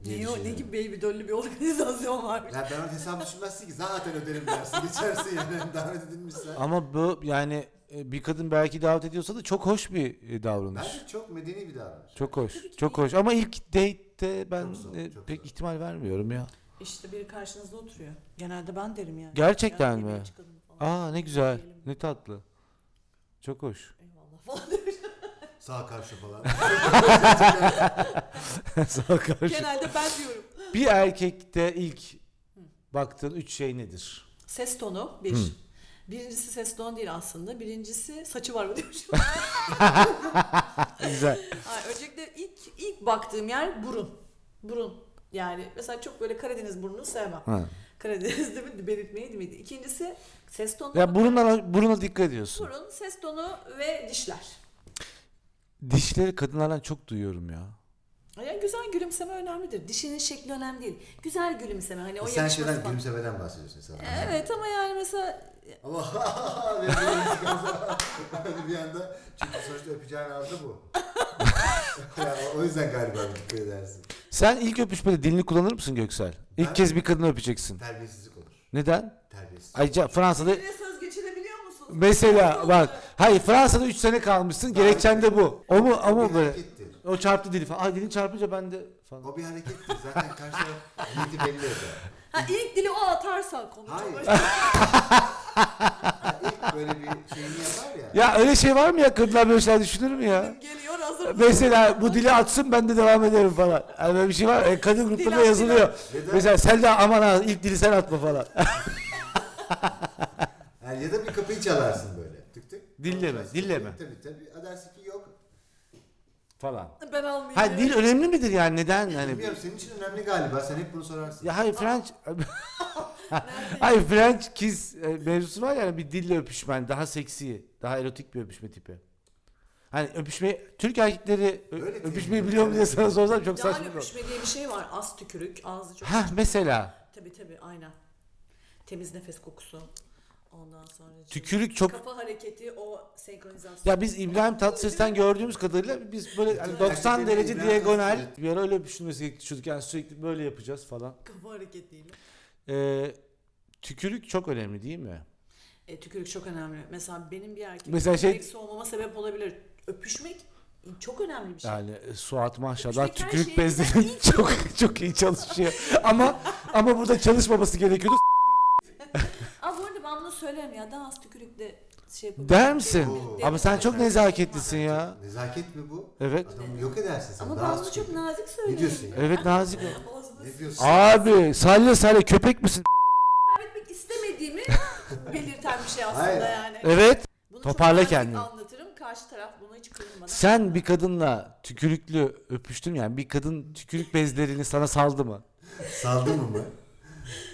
S1: diye
S3: Ne, o, ne
S1: düşünüyorum.
S3: gibi baby dollü bir organizasyon varmış.
S1: Ya ben onun hesabı düşünmezsin ki zaten öderim dersin *laughs* geçersin yani davet edilmişsen.
S2: ama bu yani e, bir kadın belki davet ediyorsa da çok hoş bir e, davranış.
S1: Bence çok medeni bir davranış.
S2: Çok hoş. Çok hoş. Ama ilk date'te ben
S1: Çok zor,
S2: e,
S1: çok
S2: pek
S1: zor.
S2: ihtimal vermiyorum ya.
S3: İşte biri karşınızda oturuyor. Genelde ben derim yani.
S2: Gerçekten
S3: Ya,
S2: mi?
S3: yemeğe çıkalım falan.
S2: Aa ne güzel. Ne tatlı. Çok hoş. *laughs*
S3: Eyvallah falan demiş.
S1: Sağ karşı falan.
S2: Sağ karşı.
S3: Genelde ben diyorum.
S2: Bir erkekte ilk baktığın üç şey nedir?
S3: Ses tonu bir. Birincisi ses tonu değil aslında. Birincisi saçı var mı demiş.
S2: Güzel.
S3: Hayır, öncelikle ilk ilk baktığım yer burun. Burun. Yani mesela çok böyle Karadeniz burnunu sevmem.
S2: Ha.
S3: Karadeniz değil mi? Belirtmeyi değil miydi? İkincisi ses tonu.
S2: Ya buruna, buruna dikkat ediyorsun.
S3: Burun, ses tonu ve dişler.
S2: Dişleri kadınlardan çok duyuyorum ya.
S3: Yani güzel gülümseme önemlidir. Dişinin şekli önemli değil. Güzel gülümseme. Hani o
S1: Sen
S3: yakışması
S1: şeyden
S3: falan.
S1: gülümsemeden bahsediyorsun sana.
S3: Evet ama yani mesela
S1: *laughs* Ama *laughs* ve böyle çıkarsa- böyle *laughs* bir anda çünkü sonuçta öpeceğin arada bu. *laughs* yani o yüzden galiba bir dikkat edersin.
S2: Sen ilk öpüşmede dilini kullanır mısın Göksel? İlk
S1: Ben-
S2: kez bir kadını öpeceksin.
S1: Terbiyesizlik olur.
S2: Neden?
S1: Terbiyesizlik.
S2: Ayrıca Fransa'da
S3: Birine söz geçirebiliyor musunuz?
S2: mesela bak hayır Fransa'da 3 sene kalmışsın gerekçen de bu. O mu o mu
S1: bir
S2: böyle?
S1: harekettir.
S2: O çarptı dili falan. Ay dilin çarpınca ben de falan.
S1: O bir harekettir. Zaten karşı taraf niyeti belli eder.
S3: Ha ilk dili o atarsa
S2: *laughs*
S3: konu çok
S1: Hayır.
S3: açık.
S1: Yani ilk böyle bir şeyini yapar ya.
S2: Ya öyle şey var mı ya? Kadınlar böyle şeyler düşünür mü ya?
S3: Geliyor hazır
S2: mesela bu dili atsın ben de devam ederim falan. Yani böyle bir şey var. E, kadın gruplarında
S3: at,
S2: yazılıyor.
S1: Neden?
S2: Mesela sen de aman ha ilk dili sen atma falan.
S1: Yani ya da bir kapıyı çalarsın böyle. Tık tık.
S2: Dilleme,
S1: Çalarsın.
S2: dilleme.
S1: Tabii tabii. Ha dersin ki yok.
S2: falan.
S3: Ben almayayım.
S2: Ha dil önemli midir yani neden hani?
S1: Bilmiyorum senin için önemli galiba. Sen hep bunu sorarsın.
S2: Ya hayır French *laughs* Hayır French kiss e, mevzusu var yani bir dille öpüşmen daha seksi, daha erotik bir öpüşme tipi. Hani öpüşme Türk erkekleri ö-
S1: Öyle
S2: öpüşmeyi
S1: diyeyim.
S2: biliyor mu diye sana sorsam çok
S3: Daha
S2: saçma olur.
S3: öpüşme diye bir şey var. Az tükürük, ağzı çok.
S2: Ha mesela
S3: Tabii tabii aynen. Temiz nefes kokusu. Ondan sonra
S2: tükürük çok
S3: kafa hareketi o senkronizasyon.
S2: ya biz İbrahim Tatlıses'ten gördüğümüz kadarıyla biz böyle hani 90
S1: Erkeklerin
S2: derece
S1: İbrahim
S2: diagonal
S1: Tatlıses-
S2: bir ara öyle öpüşülmesi gerekiyordu yani sürekli böyle yapacağız falan.
S3: kafa hareketiyle.
S2: Ee, tükürük çok önemli değil mi?
S3: E, tükürük çok önemli. Mesela benim bir erkek
S2: Mesela
S3: Mesela
S2: şey-
S3: soğumama sebep olabilir. Öpüşmek e, çok önemli bir şey.
S2: Yani e, Suat maşallah
S3: Üstelik her
S2: tükürük
S3: şey
S2: bezleri *laughs* çok çok iyi çalışıyor. ama ama burada çalışmaması gerekiyordu.
S3: Aa, bu arada ben bunu söylerim ya. Daha az tükürükle şey yapabilirim.
S2: Der misin?
S1: Oo.
S2: Ama sen çok nezaketlisin ya.
S1: Nezaket mi bu?
S2: Evet.
S1: Adamı yok edersin sen.
S3: Ama
S1: Daha
S3: ben
S1: az
S3: bunu
S1: çünkü.
S3: çok nazik söylüyorum.
S1: diyorsun ya?
S2: Evet nazik. ol.
S3: Ağzını
S1: Ne diyorsun?
S2: Abi salya salya köpek misin?
S3: kaybetmek istemediğimi belirten bir şey aslında
S1: Hayır.
S3: yani.
S2: Evet.
S3: Bunu
S2: Toparla
S3: çok nazik
S2: kendini.
S3: anlatırım. Karşı taraf buna hiç kırılmadan.
S2: Sen bir kadınla tükürüklü öpüştün mü? yani bir kadın tükürük bezlerini sana saldı mı?
S1: Saldı mı mı?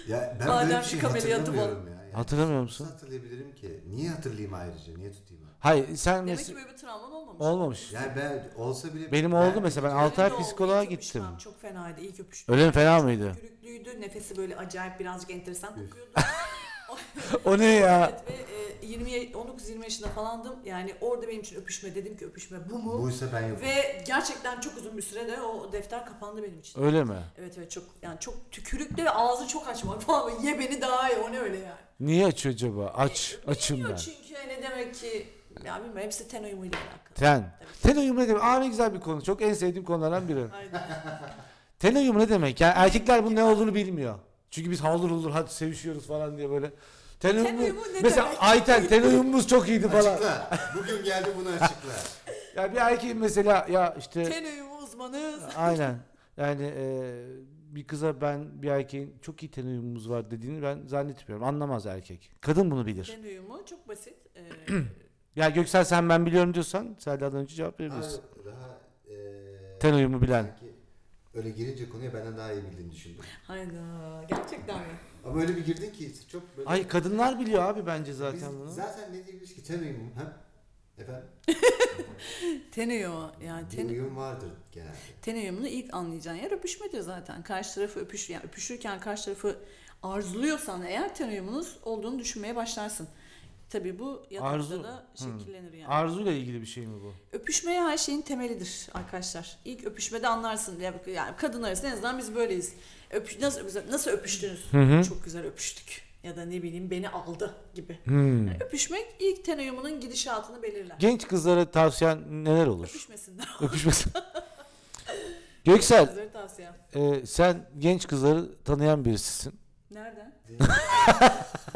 S1: Ya ben böyle
S3: Badem
S1: bir şey
S3: şık ameliyatı bu.
S1: hatırlamıyorum ya. Yani
S2: Hatırlamıyor
S1: nasıl
S2: musun?
S1: hatırlayabilirim ki? Niye hatırlayayım ayrıca? Niye tutayım? abi?
S2: Hayır sen
S3: Demek ki
S2: mesela
S3: böyle bir şey travman olmamış.
S2: olmamış.
S1: Yani ben olsa bile...
S2: Benim
S1: Ben-
S2: oldu mesela ben
S3: Öyle
S2: 6 ay
S3: oldu,
S2: psikoloğa
S3: ilk öpüşmem
S2: gittim.
S3: Çok fenaydı ilk öpüştüm.
S2: Öyle mi fena
S3: *laughs*
S2: mıydı?
S3: Gürüklüydü. Nefesi böyle acayip birazcık enteresan
S1: Üf.
S3: kokuyordu.
S2: O ne ya?
S3: Evet ve e, 20 19 20 yaşında falandım. Yani orada benim için öpüşme dedim ki öpüşme bu mu?
S1: Buysa ben yokum.
S3: Ve gerçekten çok uzun bir sürede o defter kapandı benim için.
S2: Öyle mi?
S3: Evet evet çok yani çok tükürükle ve ağzı çok açmak falan *laughs* ye beni daha iyi o ne öyle yani.
S2: Niye aç acaba? Aç. Açım ben.
S3: Bilmiyor çünkü ne demek ki ya bilmiyorum hepsi ten uyumuyla alakalı.
S2: Ten. Ten uyumu ne demek? Aa ne güzel bir konu. Çok en sevdiğim konulardan biri.
S3: *laughs* Aynen.
S2: Ten uyumu ne demek? Yani erkekler bunun ne olduğunu bilmiyor. Çünkü biz havlur olur hadi sevişiyoruz falan diye böyle. Ten uyumu,
S3: uyumu ne
S2: mesela
S3: demek?
S2: Ayten ten uyumumuz çok iyiydi falan.
S1: Açıkla. *laughs* Bugün geldi bunu açıkla.
S2: Ya bir erkeğin mesela ya işte
S3: ten uyumu uzmanız.
S2: aynen yani e, bir kıza ben bir erkeğin çok iyi ten uyumumuz var dediğini ben zannetmiyorum. Anlamaz erkek. Kadın bunu bilir.
S3: Ten uyumu çok basit. Ee,
S2: Ya Göksel sen ben biliyorum diyorsan Selda'dan önce cevap verebilirsin.
S1: Abi, daha... eee,
S2: Ten uyumu bilen.
S1: sanki Öyle girince konuya benden daha iyi bildiğini düşündüm.
S3: hayda gerçekten mi?
S1: Ama öyle bir girdin ki çok böyle...
S2: Ay kadınlar biliyor abi bence
S1: Biz
S2: zaten bunu.
S1: zaten ne diyebiliriz ki? Ten uyumum. Ha? Efendim?
S3: Ten uyumu yani
S1: Bir
S3: ten,
S1: uyum vardır genelde.
S3: Ten uyumunu ilk anlayacağın yer öpüşmedir zaten. Karşı tarafı öpüş, yani öpüşürken karşı tarafı arzuluyorsan eğer ten uyumunuz olduğunu düşünmeye başlarsın. Tabii bu yatakta
S2: Arzu-
S3: da
S2: Hı.
S3: şekillenir yani.
S2: Arzuyla ilgili bir şey mi bu?
S3: Öpüşmeye her şeyin temelidir arkadaşlar. İlk öpüşmede anlarsın. Ya- Yani kadın arasında en azından biz böyleyiz. Öpüş, nasıl, öpüş- nasıl öpüştünüz? Çok güzel öpüştük. Ya da ne bileyim beni aldı gibi. Yani öpüşmek ilk ten uyumunun gidişatını belirler.
S2: Genç kızlara tavsiyen neler olur?
S3: *laughs* Öpüşmesinler.
S2: Öpüşmesin. Göksel,
S3: Sizlere tavsiyem.
S2: e, sen genç kızları tanıyan birisisin.
S3: Nereden?
S2: *laughs*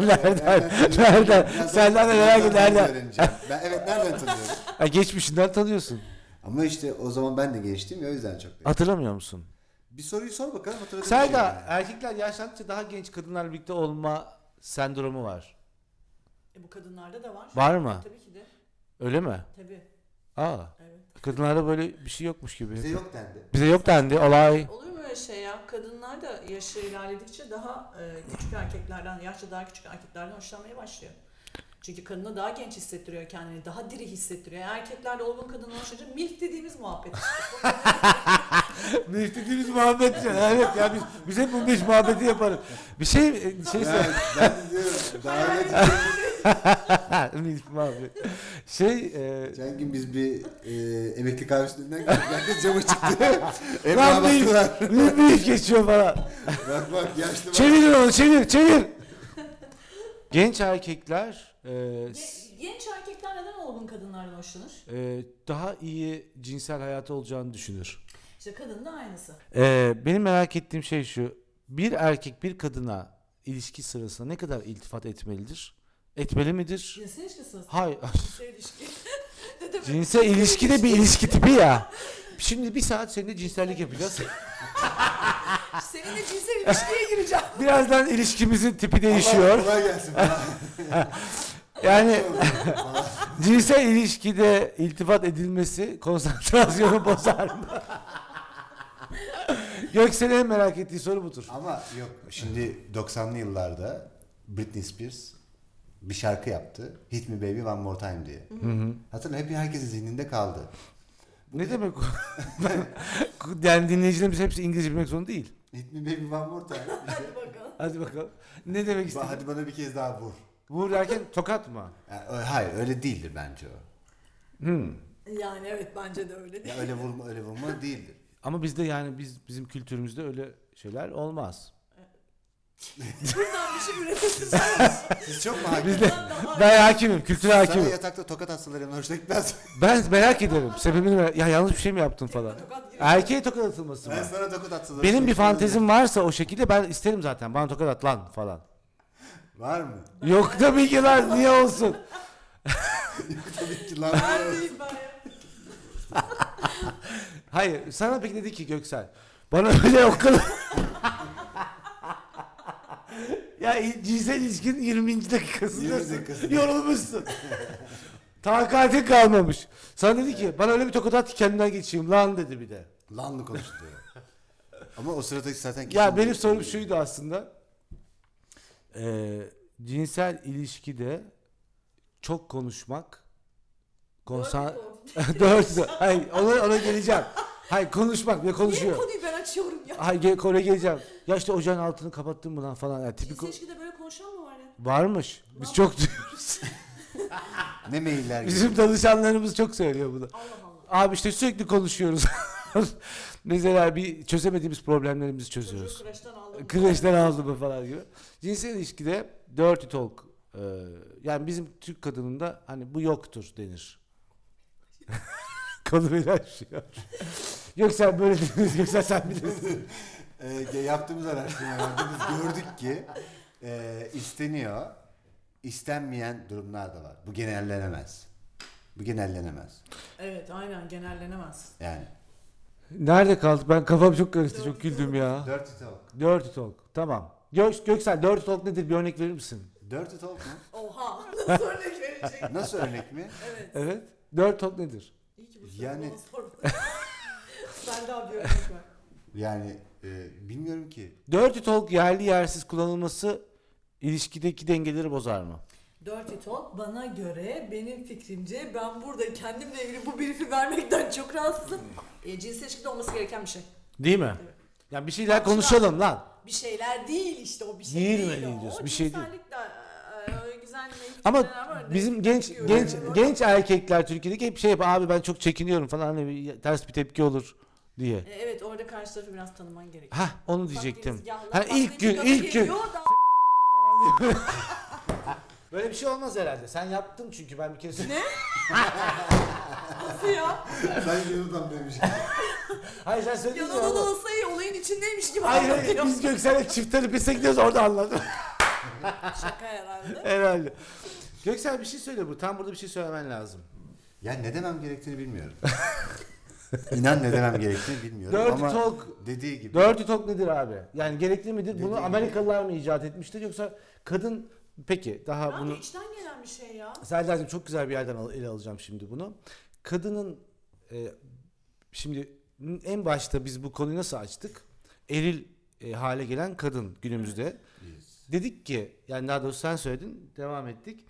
S2: Nereden? Nereden? Senden de merak et, nereden?
S1: öğreneceğim? Ben,
S2: *laughs*
S1: evet nereden tanıyorum?
S2: Ya geçmişinden tanıyorsun.
S1: Ama işte o zaman ben de geçtim ya o yüzden çok.
S2: Hatırlamıyor musun?
S1: Bir soruyu sor bakalım şey hatırladığım
S2: Selda, erkekler yaşlandıkça daha genç kadınlarla birlikte olma sendromu var.
S3: E, bu kadınlarda da var. E,
S2: Var mı?
S3: Tabii ki de.
S2: Öyle mi?
S3: Tabii.
S2: Aa,
S3: Evet.
S2: kadınlarda böyle bir şey yokmuş
S1: Bize
S2: gibi.
S1: yok dendi.
S2: Bize yok dendi olay.
S3: Olur mu öyle şey ya? Kadınlar da yaşı ilerledikçe daha e, küçük erkeklerden, yaşça daha küçük erkeklerden hoşlanmaya başlıyor. Çünkü kadına daha genç hissettiriyor kendini, daha diri hissettiriyor. Yani erkeklerle olgun kadınla hoşlanınca milf
S2: *laughs*
S3: dediğimiz muhabbet.
S2: *laughs* Ne istediğimiz muhabbet evet ya biz, biz hep bu beş muhabbeti yaparız. Bir şey, şey
S1: Ben, ben de diyorum daha ne
S2: Ha, Milf abi. Şey, e,
S1: Geçen gün biz bir e, emekli kahvesinden geldik. Herkes camı
S2: *laughs*
S1: çıktı. Emrah
S2: lan Milf,
S1: baktılar.
S2: lan Milf geçiyor bana.
S1: Bak bak yaşlı bak.
S2: Çevir onu, çevir, çevir. Genç erkekler e, s-
S3: Gen- genç erkekler neden olgun kadınlardan hoşlanır?
S2: e, daha iyi cinsel hayatı olacağını düşünür.
S3: İşte kadın da aynısı.
S2: E, benim merak ettiğim şey şu. Bir erkek bir kadına ilişki sırasında ne kadar iltifat etmelidir? Etmeli midir?
S3: Cinsel ilişkisi nasıl?
S2: Hayır. *laughs*
S3: Cinsel ilişki. *laughs*
S2: Cinsel ilişki de bir ilişki tipi ya. Şimdi bir saat seninle cinsellik yapacağız.
S3: Seninle cinsel ilişkiye gireceğim.
S2: Birazdan ilişkimizin tipi değişiyor.
S1: Kolay gelsin.
S2: Yani *laughs* cinsel ilişkide iltifat edilmesi konsantrasyonu *laughs* bozar mı? Göksel'in en merak ettiği soru budur.
S1: Ama yok şimdi 90'lı yıllarda Britney Spears bir şarkı yaptı. Hit Me Baby One More Time diye. Hatırla hep herkesin zihninde kaldı.
S2: Ne demek o? *laughs* yani dinleyicilerimiz hepsi İngilizce bilmek zorunda değil.
S1: Hit Me Baby One More Time.
S3: Hadi bakalım.
S2: Hadi bakalım. Ne demek
S1: *laughs* Ba-
S2: istedin?
S1: Hadi bana bir kez daha vur.
S2: Vur derken tokat mı?
S1: Yani, ö- hayır öyle değildir bence o.
S3: Yani evet bence de öyle değil.
S1: Ya öyle vurma öyle vurma değildir.
S2: Ama bizde yani biz bizim kültürümüzde öyle şeyler olmaz.
S3: Buradan bir şey üretesin.
S1: Siz çok mu hakim?
S2: Bizde ben hakimim, kültüre
S1: Sana
S2: hakimim.
S1: yatakta tokat atsalar Emre hoşuna gitmez.
S2: Ben merak ediyorum. Sebebini merak- Ya yanlış bir şey mi yaptım falan. Erkeğe tokat atılması mı?
S1: ben sana tokat atsalar.
S2: Benim
S1: hoşuna
S2: bir
S1: gitmez.
S2: fantezim varsa o şekilde ben isterim zaten. Bana tokat at lan falan.
S1: Var mı?
S2: Yok tabii ki lan niye olsun?
S1: Tabii ki lan.
S3: Neredeyim ben ya?
S2: Hayır sana peki dedi ki Göksel. Bana öyle o kadar... *laughs* ya cinsel ilişkinin 20. dakikasında
S1: 20. dakikasında.
S2: yorulmuşsun. Takatin kalmamış. Sana dedi ki bana öyle bir tokat at ki kendimden geçeyim lan dedi bir de.
S1: Lanlı konuştu. Ama o sırada zaten
S2: Ya benim sorum
S1: şey
S2: şuydu aslında. Ee, cinsel ilişkide çok konuşmak konsan *laughs* dört hayır ona, ona geleceğim. Hayır konuşmak ne
S3: Niye
S2: konuşuyor?
S3: konuyu ben açıyorum ya?
S2: Hayır gel, oraya geleceğim. Ya işte ocağın altını kapattın mı lan falan. Yani tipik
S3: Cinsel
S2: o-
S3: ilişkide böyle konuşan mı var ya?
S2: varmış. Biz çok duyuyoruz.
S1: Ne mailler gibi.
S2: *laughs* Bizim danışanlarımız çok söylüyor bunu.
S3: Allah Allah.
S2: Abi işte sürekli konuşuyoruz. *laughs* Mesela bir çözemediğimiz problemlerimizi çözüyoruz.
S3: Çocuğu kreşten aldım.
S2: Kreşten aldı mı falan gibi. Cinsel ilişkide dirty talk. e, yani bizim Türk kadınında hani bu yoktur denir. *laughs* Konu beni aşıyor. Yoksa böyle dediniz, *laughs* yoksa sen bilirsin.
S1: Ee, yaptığımız araştırmalarda biz gördük ki e, isteniyor, istenmeyen durumlar da var. Bu genellenemez. Bu genellenemez.
S3: Evet aynen genellenemez.
S1: Yani.
S2: Nerede kaldık? Ben kafam çok karıştı, çok güldüm ya.
S1: Dirty talk.
S2: Dirty talk, tamam. Gök, Göksel, dirty talk nedir? Bir örnek verir misin?
S1: Dirty talk mu?
S3: Oha. *laughs* Nasıl örnek verecek?
S1: Nasıl örnek mi?
S3: Evet.
S2: Evet. Dirty talk nedir?
S3: İyi ki bu
S1: Yani-
S3: yani... *laughs* ben daha bir örnek var.
S1: Yani e, bilmiyorum ki.
S2: Dirty talk yerli yersiz kullanılması ilişkideki dengeleri bozar mı?
S3: Dirty Talk bana göre benim fikrimce ben burada kendimle ilgili bu brief'i vermekten çok rahatsızım. E, cinsel ilişkide olması gereken bir şey.
S2: Değil mi? Ya bir şeyler konuşalım lan.
S3: Bir şeyler değil işte o bir şey
S2: Değil
S3: değil.
S2: mi
S3: o.
S2: diyorsun,
S3: O
S2: bir şey değil.
S3: cinsellik de, e, güzel ne-
S2: Ama
S3: güzel örnek
S2: bizim genç
S3: veriyorum.
S2: genç genç erkekler Türkiye'deki hep şey yap abi ben çok çekiniyorum falan hani bir ters bir tepki olur diye.
S3: E, evet orada karşı tarafı biraz tanıman gerekiyor.
S2: Ha onu
S3: Bak,
S2: diyecektim.
S3: girizgahlar,
S2: Ha
S3: bak,
S2: ilk gün
S3: dedikodu
S2: ilk gün.
S3: geliyor da- *laughs*
S2: Böyle bir şey olmaz herhalde. Sen yaptın çünkü ben bir
S3: *laughs*
S2: kere
S3: Ne? Nasıl ya?
S1: Ben yıldan şey- demiş.
S2: Hayır sen söyledin ya.
S3: Yanında da olsa iyi, olayın içindeymiş gibi
S2: Hayır hayır
S3: anlatıyor.
S2: biz Göksel'e çift terapiste gidiyoruz orada anladım.
S3: Şaka herhalde.
S2: herhalde. Göksel bir şey söyle bu. Tam burada bir şey söylemen lazım.
S1: Ya ne demem gerektiğini bilmiyorum. İnan ne demem gerektiğini bilmiyorum.
S2: Dirty
S1: Ama
S2: talk.
S1: dediği gibi.
S2: Dirty talk nedir abi? Yani gerekli midir? Bunu
S1: Dediğim
S2: Amerikalılar mı icat etmiştir yoksa kadın peki daha
S3: Abi
S2: bunu
S3: içten gelen bir şey ya.
S2: Serdar'cığım çok güzel bir yerden al- ele alacağım şimdi bunu. Kadının e, şimdi en başta biz bu konuyu nasıl açtık? Eril e, hale gelen kadın günümüzde. Dedik ki yani daha doğrusu sen söyledin devam ettik.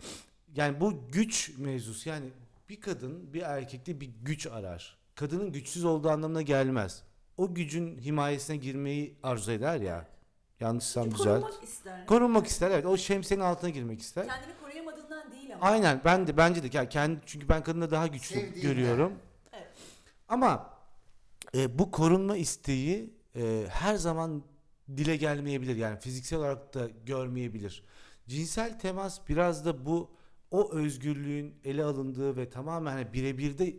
S2: Yani bu güç mevzusu yani bir kadın bir erkekte bir güç arar. Kadının güçsüz olduğu anlamına gelmez. O gücün himayesine girmeyi arzu eder ya. Yanlışsam düzelt.
S3: Korunmak ister.
S2: Korunmak ister evet. O şemsiyenin altına girmek ister.
S3: Kendini koruyamadığından değil ama.
S2: Aynen ben de bence de yani kendi çünkü ben kadında daha güçlü
S1: Sevdiğinden.
S2: görüyorum.
S3: Evet.
S2: Ama e, bu korunma isteği e, her zaman dile gelmeyebilir. Yani fiziksel olarak da görmeyebilir. Cinsel temas biraz da bu o özgürlüğün ele alındığı ve tamamen hani birebir de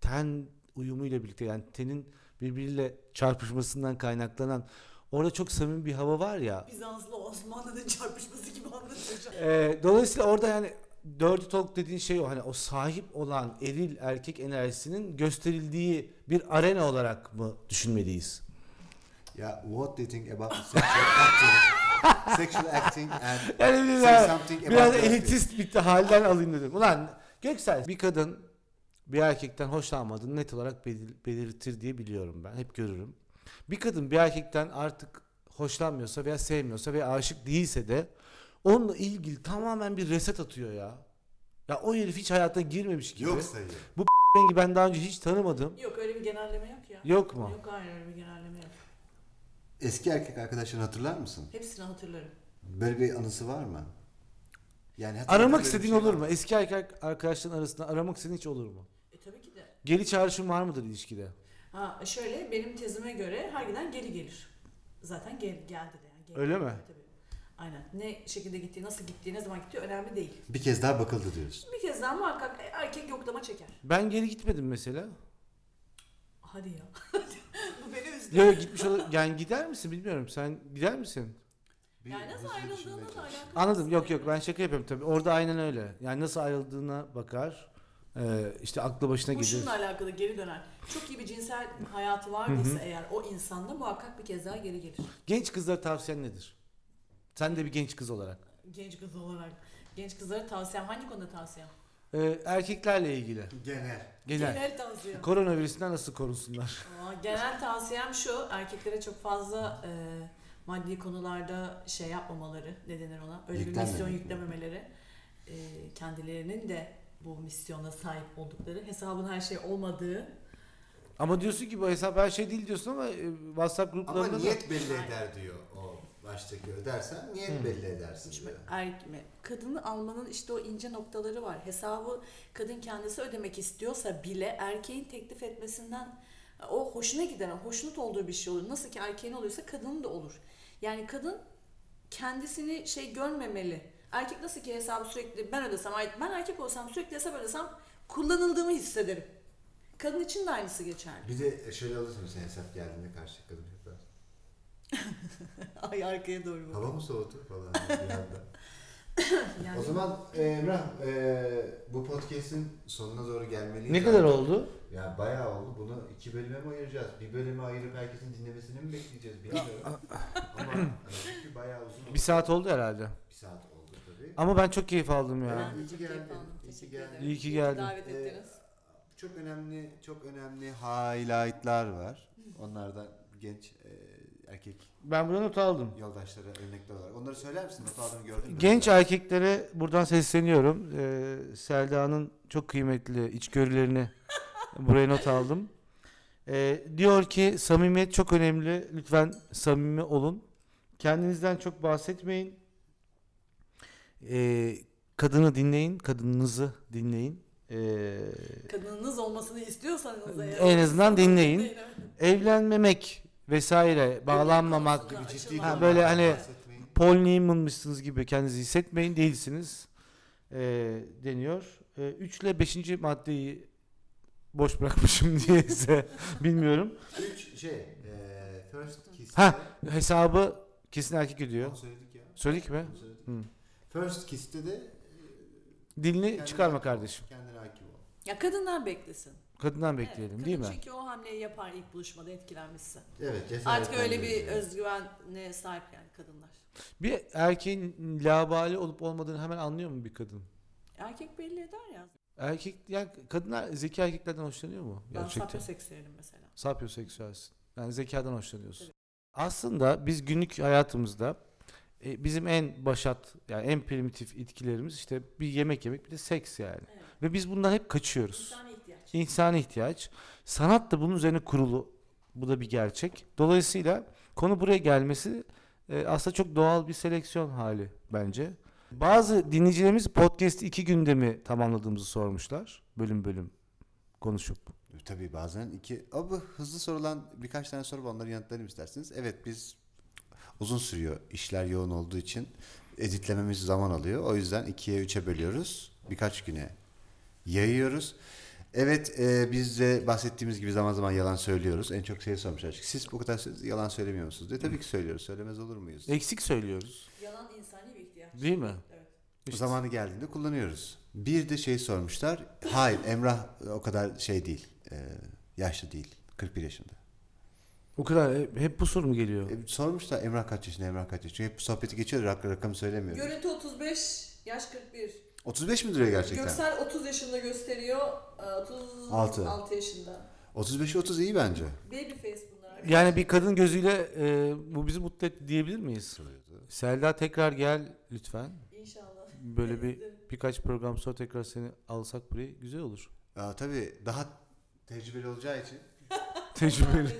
S2: ten uyumuyla birlikte yani tenin birbiriyle çarpışmasından kaynaklanan orada çok samimi bir hava var ya.
S3: Bizanslı Osmanlı'nın çarpışması gibi anlatacağım.
S2: Ee, dolayısıyla orada yani dirty talk dediğin şey o hani o sahip olan eril erkek enerjisinin gösterildiği bir arena olarak mı düşünmeliyiz?
S1: Yeah, what do you think about sexual
S2: *laughs*
S1: acting? sexual acting and
S2: Yani
S1: say
S2: biraz,
S1: something about
S2: biraz
S1: that.
S2: elitist bir halden alayım dedim. Ulan Göksel bir kadın bir erkekten hoşlanmadığını net olarak belir- belirtir diye biliyorum ben. Hep görürüm. Bir kadın bir erkekten artık hoşlanmıyorsa veya sevmiyorsa veya aşık değilse de onunla ilgili tamamen bir reset atıyor ya. Ya o herif hiç hayata girmemiş gibi.
S1: Yok sayı.
S2: rengi ben daha önce hiç tanımadım.
S3: Yok öyle bir genelleme yok ya.
S2: Yok mu?
S3: Yok hayır öyle bir genelleme yok.
S1: Eski erkek arkadaşını hatırlar mısın?
S3: Hepsini hatırlarım.
S1: Böyle bir anısı var mı? Yani hatırladığın
S2: Aramak
S1: böyle
S2: istediğin
S1: bir şey
S2: olur
S1: var
S2: mu? Eski erkek arkadaşların arasında aramak istediğin hiç olur mu?
S3: E tabii ki de.
S2: Geri çağrışım var mıdır ilişkide?
S3: Ha şöyle benim tezime göre her giden geri gelir. Zaten gel, geldi de. Yani geri
S2: Öyle
S3: geldi,
S2: mi?
S3: Tabii. Aynen. Ne şekilde gittiği, nasıl gittiği, ne zaman gittiği önemli değil.
S1: Bir kez daha bakıldı diyorsun.
S3: Bir kez daha muhakkak e, erkek yoklama çeker.
S2: Ben geri gitmedim mesela.
S3: Hadi ya. *laughs* Bu beni üzdü.
S2: Yok gitmiş olur. Yani gider misin bilmiyorum. Sen gider misin?
S1: Bir
S3: yani nasıl
S1: hızlı düşünmeye
S3: ayrıldığınızla
S1: çalış.
S3: alakalı.
S2: Anladım. Yok yok ben şaka yapıyorum tabii. Orada aynen öyle. Yani nasıl ayrıldığına bakar. Ee, işte aklı başına
S3: Bu
S2: gelir.
S3: şununla alakalı geri döner. Çok iyi bir cinsel hayatı vardıysa eğer o insanda muhakkak bir kez daha geri gelir.
S2: Genç kızlara tavsiyen nedir? Sen de bir genç kız olarak.
S3: Genç kız olarak. Genç kızlara tavsiyem. Hangi konuda tavsiyem?
S2: Ee, erkeklerle ilgili.
S1: Genel.
S2: Genel.
S3: tavsiyem.
S2: Koronavirüsten nasıl korunsunlar?
S3: Aa, genel tavsiyem şu. Erkeklere çok fazla e, maddi konularda şey yapmamaları. Ne denir ona? Öyle bir
S1: Yüklenmemek
S3: misyon
S1: mi?
S3: yüklememeleri. E, kendilerinin de bu misyona sahip oldukları, hesabın her şey olmadığı
S2: Ama diyorsun ki bu hesap her şey değil diyorsun ama e, WhatsApp
S1: Ama
S2: gruplarında da.
S1: niyet belli eder diyor o baştaki ödersen niyet
S2: Hmm.
S1: belli edersin diyor.
S3: Erkek mi? Kadını almanın işte o ince noktaları var. Hesabı kadın kendisi ödemek istiyorsa bile erkeğin teklif etmesinden o hoşuna giden, hoşnut olduğu bir şey olur. Nasıl ki erkeğin oluyorsa kadının da olur. Yani kadın kendisini şey görmemeli. Erkek nasıl ki hesabı sürekli ben ödesem, ay- ben erkek olsam sürekli hesap ödesem kullanıldığımı hissederim. Kadın için de aynısı geçerli.
S1: Bir de şöyle alırsın sen hesap geldiğinde karşı kadın yapar.
S3: Ay arkaya doğru bak.
S1: Hava mı soğudu
S3: *laughs*
S1: falan bir anda.
S3: Yani
S1: O zaman e, Emrah e, bu podcast'in sonuna doğru gelmeliyiz.
S2: Ne kadar oldu?
S1: Ya bayağı oldu. Bunu iki bölüme mi ayıracağız? Bir bölüme ayırıp herkesin dinlemesini mi bekleyeceğiz bilmiyorum. Ama e, çünkü bayağı uzun oldu.
S2: Bir saat oldu herhalde.
S1: Bir saat oldu tabii.
S2: Ama ben çok keyif aldım ya.
S1: Evet.
S3: ben de
S1: İyi ki
S3: çok keyif
S1: geldin.
S3: aldım.
S1: İyi ki
S3: Teşekkür
S1: geldin.
S3: ederim.
S2: İyi ki geldin.
S3: Davet
S1: Ee,
S3: ettiniz.
S1: Çok önemli, çok önemli highlight'lar var. Onlardan genç e, erkek
S2: Ben buna not aldım.
S1: yoldaşlara örnekler olarak. Onları söyler misin? Not aldığını gördün mü?
S2: Genç erkeklere buradan sesleniyorum. Ee, Selda'nın çok kıymetli içgörülerini buraya not aldım. Ee, diyor ki samimiyet çok önemli. Lütfen samimi olun. Kendinizden çok bahsetmeyin. Ee, kadını dinleyin. Kadınınızı dinleyin. Ee,
S3: kadınınız olmasını istiyorsanız eğer-
S2: En azından dinleyin.
S3: evet.
S2: evlenmemek vesaire bağlanmamak
S3: konusunda-
S1: Gibi ciddi
S3: Ha,
S1: konulardan
S2: böyle hani-
S1: bahsetmeyin.
S2: Paul Newman'mışsınız gibi kendinizi hissetmeyin değilsiniz e, deniyor. 3 ile 5. maddeyi boş bırakmışım *laughs* diyeyse bilmiyorum.
S1: Üç şey, e, first kiss.
S2: Ha, Hesabı kesin erkek ödüyor.
S1: Onu söyledik ya.
S2: Söyledik mi?
S1: Onu söyledik.
S2: Hı.
S1: First kiss'te de
S2: Dilini
S1: kendine
S2: çıkarma
S1: hakim ol,
S2: kardeşim.
S1: Kendine hakim ol.
S3: Ya kadından beklesin.
S2: Kadından
S3: Evet, şey-
S2: bekleyelim
S3: kadın
S2: değil mi?
S3: Çünkü o hamleyi yapar ilk buluşmada etkilenmişse.
S1: Evet, cesaret
S3: Artık öyle
S1: veriyor
S3: bir
S1: yani.
S3: özgüvene sahip yani kadınlar.
S2: Bir erkeğin labali olup olmadığını hemen anlıyor mu bir kadın?
S3: Erkek belli eder ya.
S2: Erkek yani kadınlar zeki erkeklerden hoşlanıyor mu?
S3: Ben
S2: Gerçekten.
S3: sapyoseksüelim mesela.
S2: Sapyoseksüelsin. Yani zekadan hoşlanıyorsun. Aslında biz günlük hayatımızda e, bizim en başat yani en primitif itkilerimiz işte bir yemek yemek bir de seks yani.
S3: Evet.
S2: Ve biz bundan hep kaçıyoruz.
S3: İnsani ihtiyaç.
S2: İnsani ihtiyaç. Sanat da bunun üzerine kurulu. Bu da bir gerçek. Dolayısıyla konu buraya gelmesi e, aslında çok doğal bir seleksiyon hali bence. Bazı dinleyicilerimiz podcast iki günde mi tamamladığımızı sormuşlar. Bölüm bölüm konuşup.
S1: E, Tabii bazen iki... Abi hızlı sorulan birkaç tane soru var. Onları yanıtlarım isterseniz. Evet biz uzun sürüyor. işler yoğun olduğu için editlememiz zaman alıyor. O yüzden ikiye üçe bölüyoruz. Birkaç güne yayıyoruz. Evet e, biz de bahsettiğimiz gibi zaman zaman yalan söylüyoruz. En çok şey sormuşlar. çünkü Siz bu kadar söz- yalan söylemiyor musunuz diye. Tabii ki söylüyoruz. Söylemez olur muyuz?
S2: Eksik söylüyoruz.
S3: Yalan insani bir ihtiyaç.
S2: Değil mi?
S3: Evet.
S1: O zamanı geldiğinde kullanıyoruz. Bir de şey sormuşlar. Hayır Emrah o kadar şey değil. e, yaşlı değil. 41 yaşında.
S2: O kadar e, hep bu soru mu geliyor?
S1: E, sormuşlar Emrah kaç yaşında, Emrah kaç yaşında. Hep sohbeti geçiyor, rak, rakamı söylemiyorum.
S3: Görüntü 35, yaş 41.
S1: 35 mi duruyor gerçekten?
S3: Göksel 30 yaşında gösteriyor. e, 36
S1: Altı.
S3: yaşında.
S1: 35'i 30 iyi bence.
S3: Babyface bunlar.
S2: Yani bir kadın gözüyle e, bu bizi mutlu etti diyebilir miyiz? Selda tekrar gel lütfen.
S3: İnşallah.
S2: Böyle bir birkaç program sonra tekrar seni alsak buraya güzel olur.
S1: Aa, tabii daha tecrübeli olacağı için.
S2: Tecrübeli.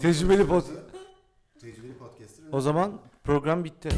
S2: Tecrübeli poz.
S1: Tecrübeli podcaster.
S2: O zaman program bitti.